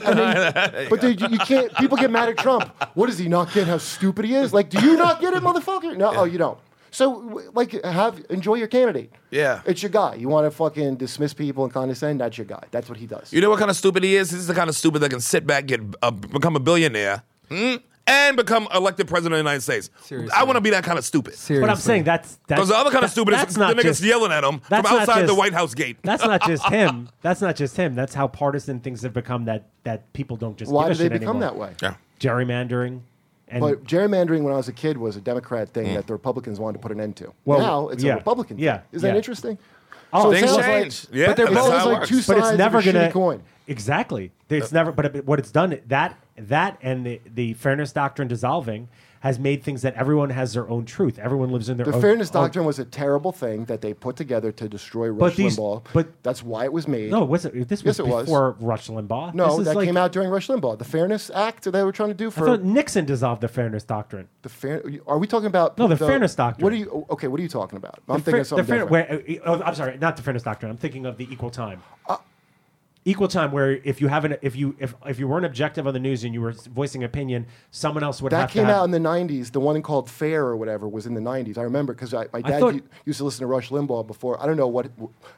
But dude, you, you can't. People get mad at Trump. What does he not get? How stupid he is? Like, do you not get it, motherfucker? No, oh, you don't. So, w- like, have enjoy your candidate.
Yeah.
it's your guy. You want to fucking dismiss people and condescend? That's your guy. That's what he does.
You know what kind of stupid he is? This is the kind of stupid that can sit back, get uh, become a billionaire, hmm, and become elected president of the United States.
Seriously.
I want to be that kind of stupid.
but I'm saying that's that's
Because the other kind of
that-
stupid
that's
is the
not
niggas
just-
yelling at him from
that's not
outside the
just-
White House gate.
That's not just him. That's not just him. That's how partisan things have become. That that people don't just.
Why do
give a
they
shit
become
anymore.
that
Yeah.
way?
Gerrymandering, and
But gerrymandering, when I was a kid, was a Democrat thing
Mm.
that the Republicans wanted to put an end to.
Well,
now it's
yeah.
a Republican.
Yeah,
Thing. Is that
yeah.
interesting?
Oh,
So it
Things
sounds like-
change. yeah,
but they're
that's
both
how it
like
works.
two
but
sides
it's never
of a
gonna
shitty coin. Uh,
exactly. It's never. But it- what it's done that that and the the fairness doctrine dissolving has made things that everyone has their own truth. Everyone lives in their
The
own
fairness
own-
doctrine was a terrible thing that they put together to destroy Rush
these-
Limbaugh.
but-
that's why it was made.
No, it wasn't. This was
Yes, it was.
before Rush Limbaugh.
No,
This is
that
like-
came out during Rush Limbaugh. The Fairness Act that they were trying to do
I
for
thought Nixon dissolved the fairness doctrine.
the fair. Are we talking about
No, the Fairness Doctrine.
What are you? oh, Okay, what are you talking about? I'm
The
thinking
fair-
of something
the fair-
different. Uh,
where- uh, oh, I'm sorry, not the fairness doctrine. I'm thinking of the equal time. equal time, where if you haven't, if you if if you weren't objective on the news and you were voicing opinion, someone else would have
that
to
came
have-
out in the '90s. The one called Fair or whatever was in the '90s. I remember because my dad
thought-
u- used to listen to Rush Limbaugh before. I don't know what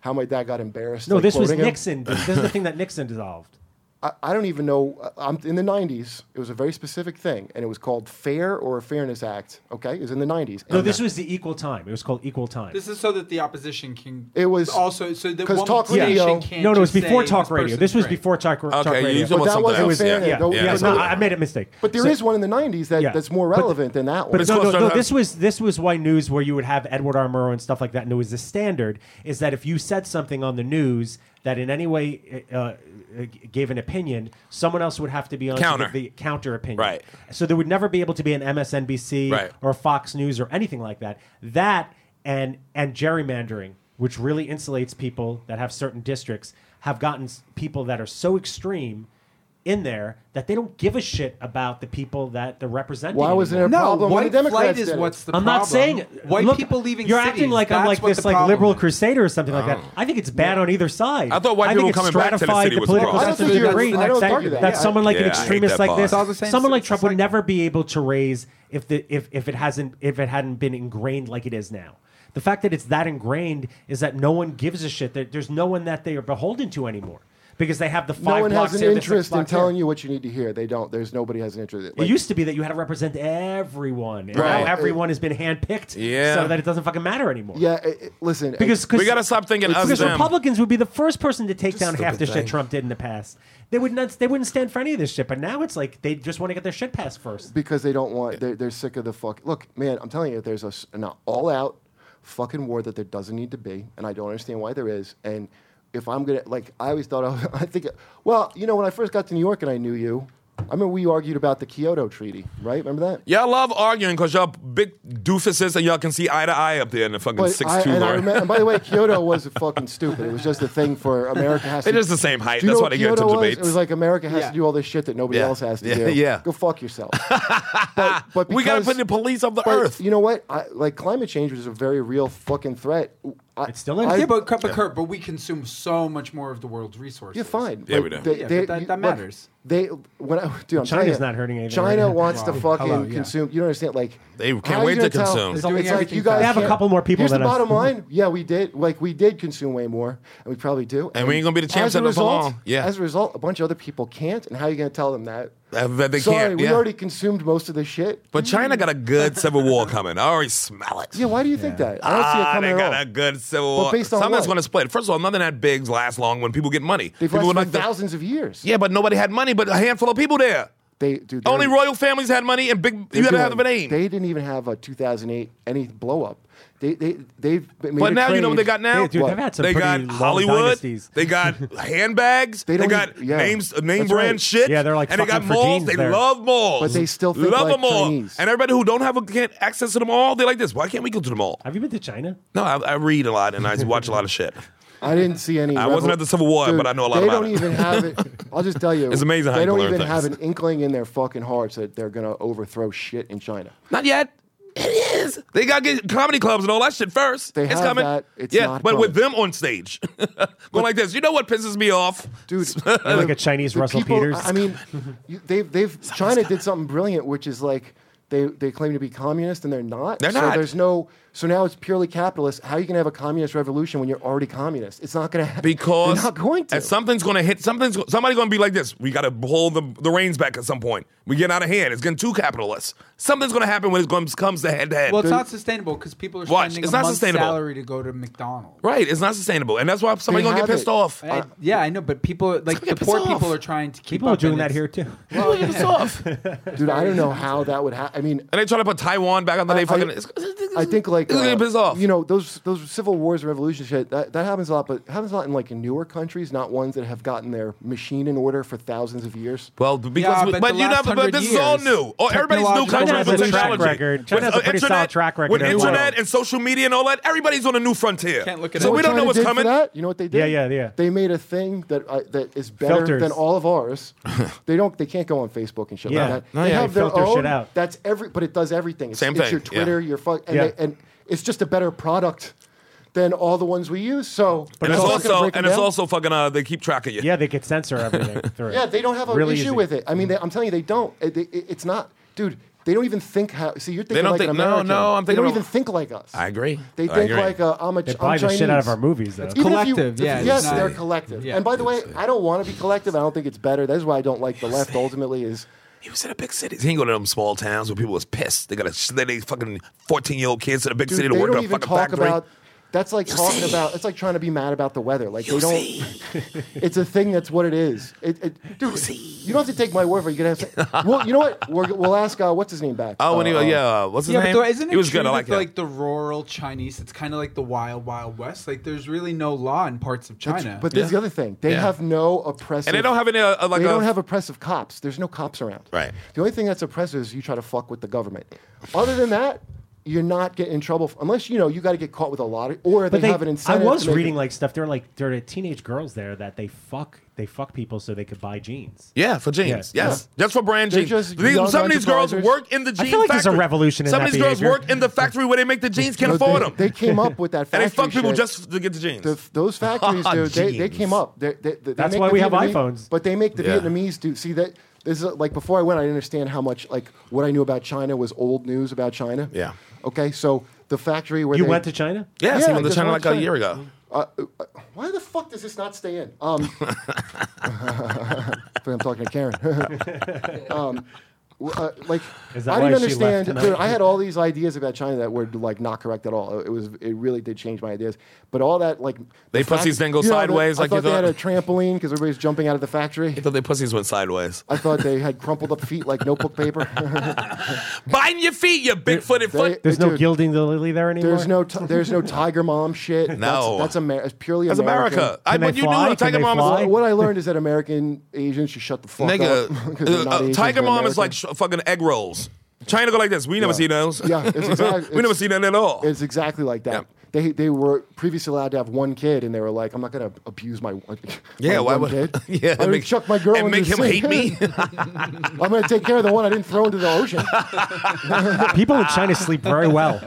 how my dad got embarrassed.
No,
like,
this was
quoting him.
Nixon. this is the thing that Nixon dissolved.
I, I don't even know. uh, I'm in the 90s. It was a very specific thing, and it was called Fair or Fairness Act. Okay, it was in the uh, 90s.
No, this was the equal time. It was called equal time.
This is so that the opposition can.
It was-
also so that
'cause
one
talk
station
radio-
can't.
no, no, it was
just
before
say
talk
this
radio.
person-
This was
right.
before talk, talk
Okay,
radio.
you used to-
yeah,
Well,
but that
something
wasn't
else,
fair.
yeah.
yeah,
No,
Yeah.
no,
but, there-
I made a mistake.
but there is
So-
one in the 90s that,
Yeah.
that's more
But-
relevant than that one.
But no,
close
no,
to
no,
that.
this was this was why news where you would have Edward R. Murrow and stuff like that, and it was the standard is that if you said something on the news that in any way uh, uh, gave an opinion, someone else would have to be on
Counter.
to give the counter opinion.
Right.
So there would never be able to be an MSNBC
Right.
or Fox News or anything like that. That and and gerrymandering, which really insulates people that have certain districts, have gotten s- people that are so extreme. In there, that they don't give a shit about the people that they're representing.
Why was there
anymore.
a
No,
problem when
white
the Democrats
flight is
did it?
what's the
I'm
problem.
not saying
white
look,
people leaving.
You're
cities,
acting like I'm
that's
like
what
this
the
like
problem
liberal
is.
crusader or something like that. I think it's bad on either side.
Oh. I thought white
I think
people
it's
coming back to the
stratified
city was
political
wrong. I
don't think you're-
sensibility.
I don't
that,
argue that. Yeah.
someone like
Yeah,
an
I hate
extremist
that
like
boss.
this,
It's all
the same
someone like
system.
Trump
It's
would
like-
never be able to raise if the if if it hasn't if it hadn't been ingrained like it is now. The fact that it's that ingrained is that no one gives a shit. There- There's no one that they are beholden to anymore because they have the five
no one
blocks
has
here,
an
the six
interest in
blocks here.
telling you what you need to hear. They don't. There's nobody has an interest.
It
Like,
used to be that you had to represent everyone, and
Right.
now everyone has been handpicked,
Yeah.
so that it doesn't fucking matter anymore.
yeah, it, it- listen. it-
because
We gotta stop thinking us
because
them.
Republicans would be the first person to take down half the
stupid
shit Trump did in the past. They would not. They wouldn't stand for any of this shit. But now it's like they just want to get their shit passed first.
because they don't want they're, they're sick of the fuck look man i'm telling you there's a, s- an all out fucking war that there doesn't need to be and i don't understand why there is and if i'm gonna like i always thought i, I think well you know when i first got to new york and i knew you i remember we argued about the kyoto treaty right remember that
Y'all love arguing because y'all big doofuses and y'all can see eye to eye up there in the fucking
But
six
I-
two
and, I
line.
remem- and by the way, Kyoto was fucking stupid. It was just a thing for America has to.
It is the same height.
Do you
That's
know
why
what
they get into
Kyoto was?
debates.
It was like America has
Yeah.
to do all this shit that nobody
Yeah.
else has to
Yeah,
do.
yeah.
Go fuck yourself. but, but
we gotta
because-
put the police of the
But
earth.
You know what? I, like climate change was a very real fucking threat. I,
It still is.
I-
Yeah, but, but, Kurt, but we consume so much more of the world's resources.
you're fine.
Yeah,
Like,
we do.
They,
Yeah,
they-
but that-
you-
that
look,
matters.
They when I dude, I'm telling
China's
you,
not hurting anything
China
right now.
wants to
Wow.
fucking
Hello, yeah.
consume. You don't understand. Like
They can't
how are you
wait to
gonna tell-
consume.
It's,
They're doing
like you
everything
guys
fast. They have a
can't-
couple more people
Here's the
than us.
bottom line. Yeah, we did. Like we did consume way more, and we probably do.
And we ain't gonna be the champs
as a
at it for
result-
long. Yeah.
As a result, a bunch of other people can't. And how are you going to tell them that?
Uh, but they
Sorry,
can't,
we
yeah.
already consumed most of the shit.
But China got a good civil war coming. I already smell it.
Yeah, why do you think that? I don't see it
Ah,
coming
they
at all.
got a good civil
But
war.
based on
Something's
what?
going to split. First of all, nothing that big lasts long when people get money.
They've
people
lasted
would
for
like the-
thousands of years.
Yeah, but nobody had money. But a handful of people there.
They do.
Only royal families had money, and big. You had to have a name.
They didn't even have a 2008 any blow up. They they they've made
But
a
now you know
trade.
what they got now.
They- dude,
What?
they've had some
They
pretty
got
long
Hollywood.
dynasties.
They got handbags. They,
They don't
got
even- yeah.
names, uh, name
That's
brand
right.
shit.
Yeah, they're like
and they got
fucking for
malls.
jeans
They
there.
love malls.
But they still think
love
like
them all.
Chinese.
And everybody who don't have a, can't access to them all, they like this. Why can't we go to the mall?
Have you been to China?
No, I, I read a lot and I watch a lot of shit.
I didn't see any.
I wasn't at the Civil War,
Dude,
but I know a lot
They
about
don't
it.
even have it. I'll just tell you,
It's amazing how
they
you
don't
learn
even
things.
have an inkling in their fucking hearts that they're gonna overthrow shit in China.
Not yet. It is. They got to get comedy clubs and all that shit first.
They
it's
have
coming.
that. It's
yeah,
not
but with
coming.
them on stage, going like this. You know what pisses me off?
dude.
like
the-
a Chinese
the
Russell
people-
Peters.
I mean, you, they've they've China did something brilliant, which is like they they claim to be communist and they're not.
They're
so
not.
There's no. So now it's purely capitalist. How are you gonna have a communist revolution when you're already communist? It's not gonna happen.
Because
they're not going to.
and something's going to hit. Something's go- somebody going to be like this. We got to hold the, the reins back at some point. We get out of hand. It's getting too capitalist. Something's going to happen when it comes comes to head to head.
Well, it's not sustainable because people are
Watch,
spending
it's
a
not
month's
sustainable.
salary to go to McDonald's.
Right, it's not sustainable, and that's why somebody's
They
gonna get
have
pissed
it.
off.
I- yeah, I know, but people like the
get
poor
pissed
people
off.
are trying to keep
People are
up,
doing
and
that
it's-
here too.
People get pissed off, and
dude, I don't know how that would happen. I mean,
they try to put Taiwan back on the day.
I- I-
Fucking, it's- it's-
I think like
it's gonna
uh,
get pissed off.
You know those those civil wars and revolutions shit that, that happens a lot, but it happens a lot in like newer countries, not ones that have gotten their machine in order for thousands of years.
Well, because
Yeah,
we-
but
but,
the
you
last
never, but
100
this is all
years,
new. Oh, everybody's new country
technological
China has
with
a track
technology.
record. China
With,
has a
uh,
pretty
internet,
solid track record
With
in the
internet
world.
and social media and all that, everybody's on a new frontier.
Can't look at
so
it.
we
what
don't know
China
what's
did for
coming.
That? You know what they did?
Yeah, yeah, yeah.
They made a thing that I that is better
Filters.
than all of ours. they don't. They can't go on Facebook and shit
Yeah.
like that.
No,
they
yeah,
have
you
their
filter
own.
shit out.
That's every. But it does everything. It's,
Same
it's
thing,
your
yeah.
Twitter, your fuck, and,
Yeah.
they- and it's just a better product than all the ones we use. So,
And it's
all gonna
also
break
and
them
it's
down.
also fucking. Uh, they keep track of you.
yeah, they could censor everything through. it.
Yeah, they don't have an
Really
issue
easy. Mm-hmm.
with it. I mean, they, I'm telling you, they don't. It, it- it's not, dude. They don't even think how. See, you're thinking
don't
like
think-
an
no,
American.
no, I'm
They don't
thinking
even
about-
think like us.
I agree.
They
I
think
agree.
like uh, I'm a.
They
I'm
buy the shit out of
Chinese.
our movies, though.
Even if
Collective, yeah,
Yes,
it's not-
they're collective.
yeah.
and by the way,
uh,
I don't want to be collective. I don't think it's better. That's why I don't like the left. Ultimately, is
He was in a big city. He ain't go to them small towns where people was pissed. They got a they, they fucking fourteen year old kids in a big
dude,
city
they
to work in
don't
a
even
fucking
talk
factory.
about. That's like talking
see.
about. It's like trying to be mad about the weather. Like
You
they don't.
see?
It's a thing. That's what it is. It, it, dude, you don't have to take my word for it. You're gonna have to. well, you know what? We're, we'll ask. Uh, what's his name back?
oh, and he,
Uh,
yeah, uh, what's his
yeah,
name?
but though, isn't it
he was
true
good. I
that,
like
the,
that.
like the rural Chinese. It's kind of like the wild, wild west. Like there's really no law in parts of
That's-
China.
But there's the other thing. They
Yeah.
have no oppressive.
and they don't have any uh, like
they
a,
don't have oppressive cops. There's no cops around.
Right.
The only thing that's oppressive is you try to fuck with the government. Other than that, you're not getting in trouble f- unless you know you got to get caught with a lot, of, or they,
But they,
have an
I
incentive.
was
to make
reading
it-
like stuff. There were like there are teenage girls there that they fuck they fuck people so they could buy jeans.
yeah, for jeans.
Yeah.
Yes, just for brand
They're
jeans.
just
These-
young
some of these girls
enterprisers.
work in the jeans.
feel like there's a
factory.
revolution in
Some
that
of these girls
behavior.
work in the factory where they make the jeans. Can't
No,
afford
they,
them.
they came up with that
and
factory.
they fuck people
shit.
just to get the jeans.
The f- those factories, dude. They, they
Jeez.
came up. They, they, they
That's
make
why
the
we have
Vietnamese-
iPhones.
But they make the
Yeah.
Vietnamese do. See that this is like before I went, I didn't understand how much like what I knew about China was old news about China.
Yeah.
Okay, so the factory where
You
they,
went to China?
yes,
Yeah,
he went to
just
China
went
like
to
a
China.
year ago.
Uh, Why the fuck does this not stay in? Um, I think I'm talking to Karen. um, w- uh, like,
Is that
I didn't
why she left
understand. Dude,
tonight?
I had all these ideas about China that were like not correct at all. It was, it really did change my ideas. But all that, like, the
They pussies didn't go
you know,
sideways
I
like
thought
you
they had a
thought?
trampoline because everybody's jumping out of the factory.
He thought their pussies went sideways.
I thought they had crumpled up feet like notebook paper.
Biting your feet, you big footed
they-
foot.
There's no
Dude,
gilding the lily there anymore.
There's no, ti- there's no tiger mom shit.
No.
that's, that's Amer- it's purely
That's
American.
America. I,
Can they
when you knew
fly?
that
Can
Tiger
they
Mom was
fly?
Well, what I learned is that American Asians should shut the fuck up. 'cause they're
Nigga, uh,
not
uh,
Asians,
Tiger
they're
Mom is like
Americans.
sh- fucking egg rolls. China go like this. We never see those.
Yeah, it's exact-
we never
it's-
see that at all.
It's exactly like that.
Yeah.
They they were previously allowed to have one kid, and they were like, "I'm not going to abuse my one-
yeah,
my
why
one
would?
kid.
Yeah,
I'm going
make-
to chuck my girl
and
into
make him
the sea.
hate me.
I'm going to take care of the one I didn't throw into the ocean.
People in China sleep very well.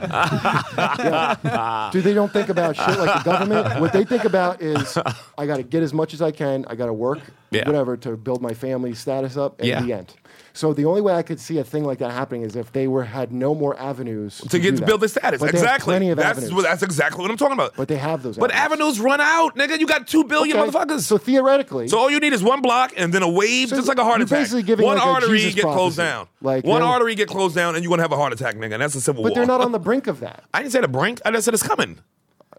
Dude, they don't think about shit like the government. What they think about is, I got to get as much as I can. I got to work,
Yeah.
whatever, to build my family status up. And
Yeah.
the end. So the only way I could see a thing like that happening is if they were had no more avenues to,
to get
do
to
that.
build their status.
But they have
exactly.
plenty of
that's
avenues.
what- that's exactly what I'm talking about.
But they have those
But
avenues.
avenues run out, nigga. You got two billion
Okay,
motherfuckers.
So
So,
theoretically,
all you need is one block and then a wave,
So
just like a heart
you're
attack.
basically giving
one
like a
artery
Jesus
get closed
prophecy.
down.
Like,
one
yeah.
artery get closed down, and you're gonna have a heart attack, nigga. And that's a civil war.
but they're not on the brink of that.
I didn't say the brink. I just said it's coming.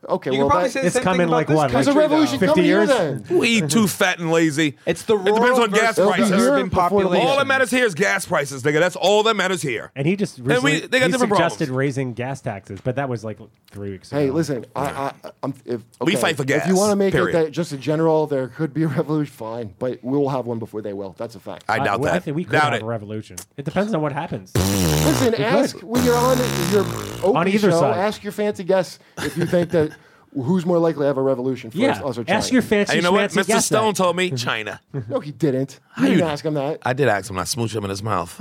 Okay,
you
well,
can probably
that-
say the
It's
same
coming
thing about
like
this
what, like
there's a
country, though.
revolution
50
coming
years?
here then.
We eat too fat and lazy.
It's the
It
rural
depends on gas
versus
prices.
urban
Before the
population.
All that matters here is gas prices, nigga. That's all that matters here.
And he just
we-
recently,
they got
he
different
suggested
problems.
raising gas taxes, but that was like three weeks ago.
Hey, listen, I, I, I'm, if,
We
okay,
fight for
If you want
gas,
to make
period.
it that just a general, there could be a revolution. Fine, but we'll have one before they will. That's a fact.
I
I-
doubt
well,
that.
I think we could
doubt it.
have a revolution. It depends on what happens.
Listen, ask when you're on your open
On either
show.
side.
Ask your fancy guests if you think that who's more likely to have a revolution. First,
yeah,
us or China.
ask your fancy
And you know what?
schmancy
Mr.
gas
Stone
tax.
told me China.
No, he didn't. You
you
didn't
d-
ask him that.
I did ask him. and I smooched him in his mouth.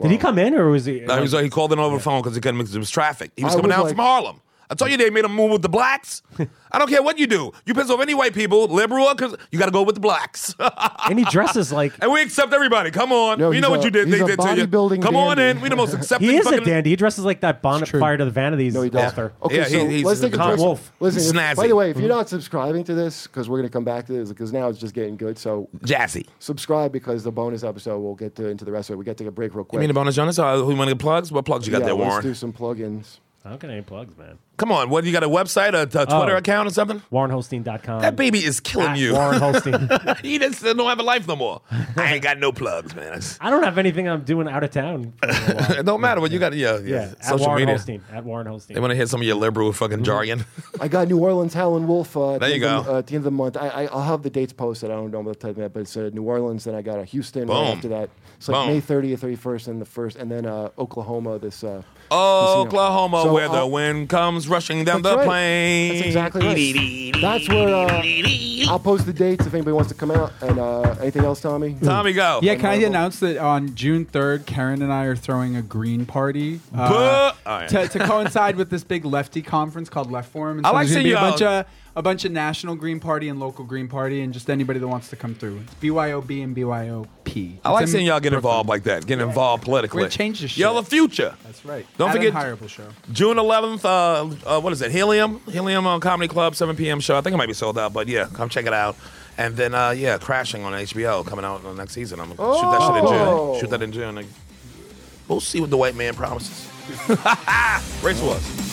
Did he come in or was he?
No, he, was, he called in over the phone because he couldn't because it was traffic. He was
I
coming
was
out
like-
from Harlem. I told you they made him move with the blacks. I don't care what you do. You piss off any white people, liberal, because you got to go with the blacks.
and he dresses like
and we accept everybody. Come on.
No,
we
he's
know what
a-
you did.
he's
They
a
did to you. Come
bodybuilding
on in.
dandy.
We the most accepting
he is a
fucking-
dandy. He dresses like that bonnet fire to the vanities
No, he doesn't.
author.
Okay,
Yeah, he- Oh.
so
he's
let's
the
take a
Tom
person-
Wolf.
Listen, if- by
Snazzy.
the way, if
Mm-hmm.
you're not subscribing to this, because we're going to come back to this, because now it's just getting good. So
Jazzy.
subscribe because the bonus episode we'll get to, into the rest of it. We got to take a break real quick.
You mean the bonus, Jonas? Uh, Who you want to get plugs? What plugs you got
yeah,
there,
let's
Warren?
do some plugins.
I don't get any plugs, man.
Come on. What? You got a website, a, a Twitter
Oh.
account, or something?
WarrenHolstein.com.
That baby is killing
At
you.
Warren Holstein.
he just don't have a life no more. I ain't got no plugs, man. It's-
I don't have anything I'm doing out of town. for a while.
It don't matter what you got. Yeah,
yeah,
yeah.
at
Social
Warren
media.
Holstein. At Warren Holstein.
They want to hear some of your liberal fucking jargon.
I got New Orleans Howlin' Wolf. Uh, at
There
the
you
end of the-
go.
uh, at the end of the month, I, I, I'll have the dates posted. I don't know what time that, but it's uh, New Orleans. Then I got a Houston right
Boom.
after that. It's like
Boom.
May 30th, 31st, and the first, and then uh, Oklahoma. This uh, this, you know.
Oklahoma,
So
where the
I'll-
wind comes rushing down
That's
the
right.
plain.
That's exactly right. That's where uh, I'll post the dates if anybody wants to come out. And uh, anything else, Tommy?
Tommy, go.
Yeah, can I
Marvel.
announce that on June 3rd, Karen and I are throwing a green party uh,
Buh! Oh, All right.
to, to coincide with this big lefty conference called Left Forum. And
I
so
like
there's gonna
seeing
be a
y'all-
bunch of a bunch of national Green Party and local Green Party and just anybody that wants to come through. It's BYOB and BYOP.
I like
It's in
seeing y'all get
Brooklyn.
involved like that, getting involved politically.
We're gonna change this
Y'all the
shit.
future.
That's right.
Don't
At
forget-
an hireable show.
June 11th, uh, uh, what is it? Helium? Helium on Comedy Club, 7 p.m. show. I think it might be sold out, but yeah, come check it out. And then, uh, yeah, Crashing on HBO coming out uh, next season. I'm going to shoot that shit in
Oh.
June. Shoot that in June. Like, We'll see what the white man promises. Race was.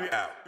We out.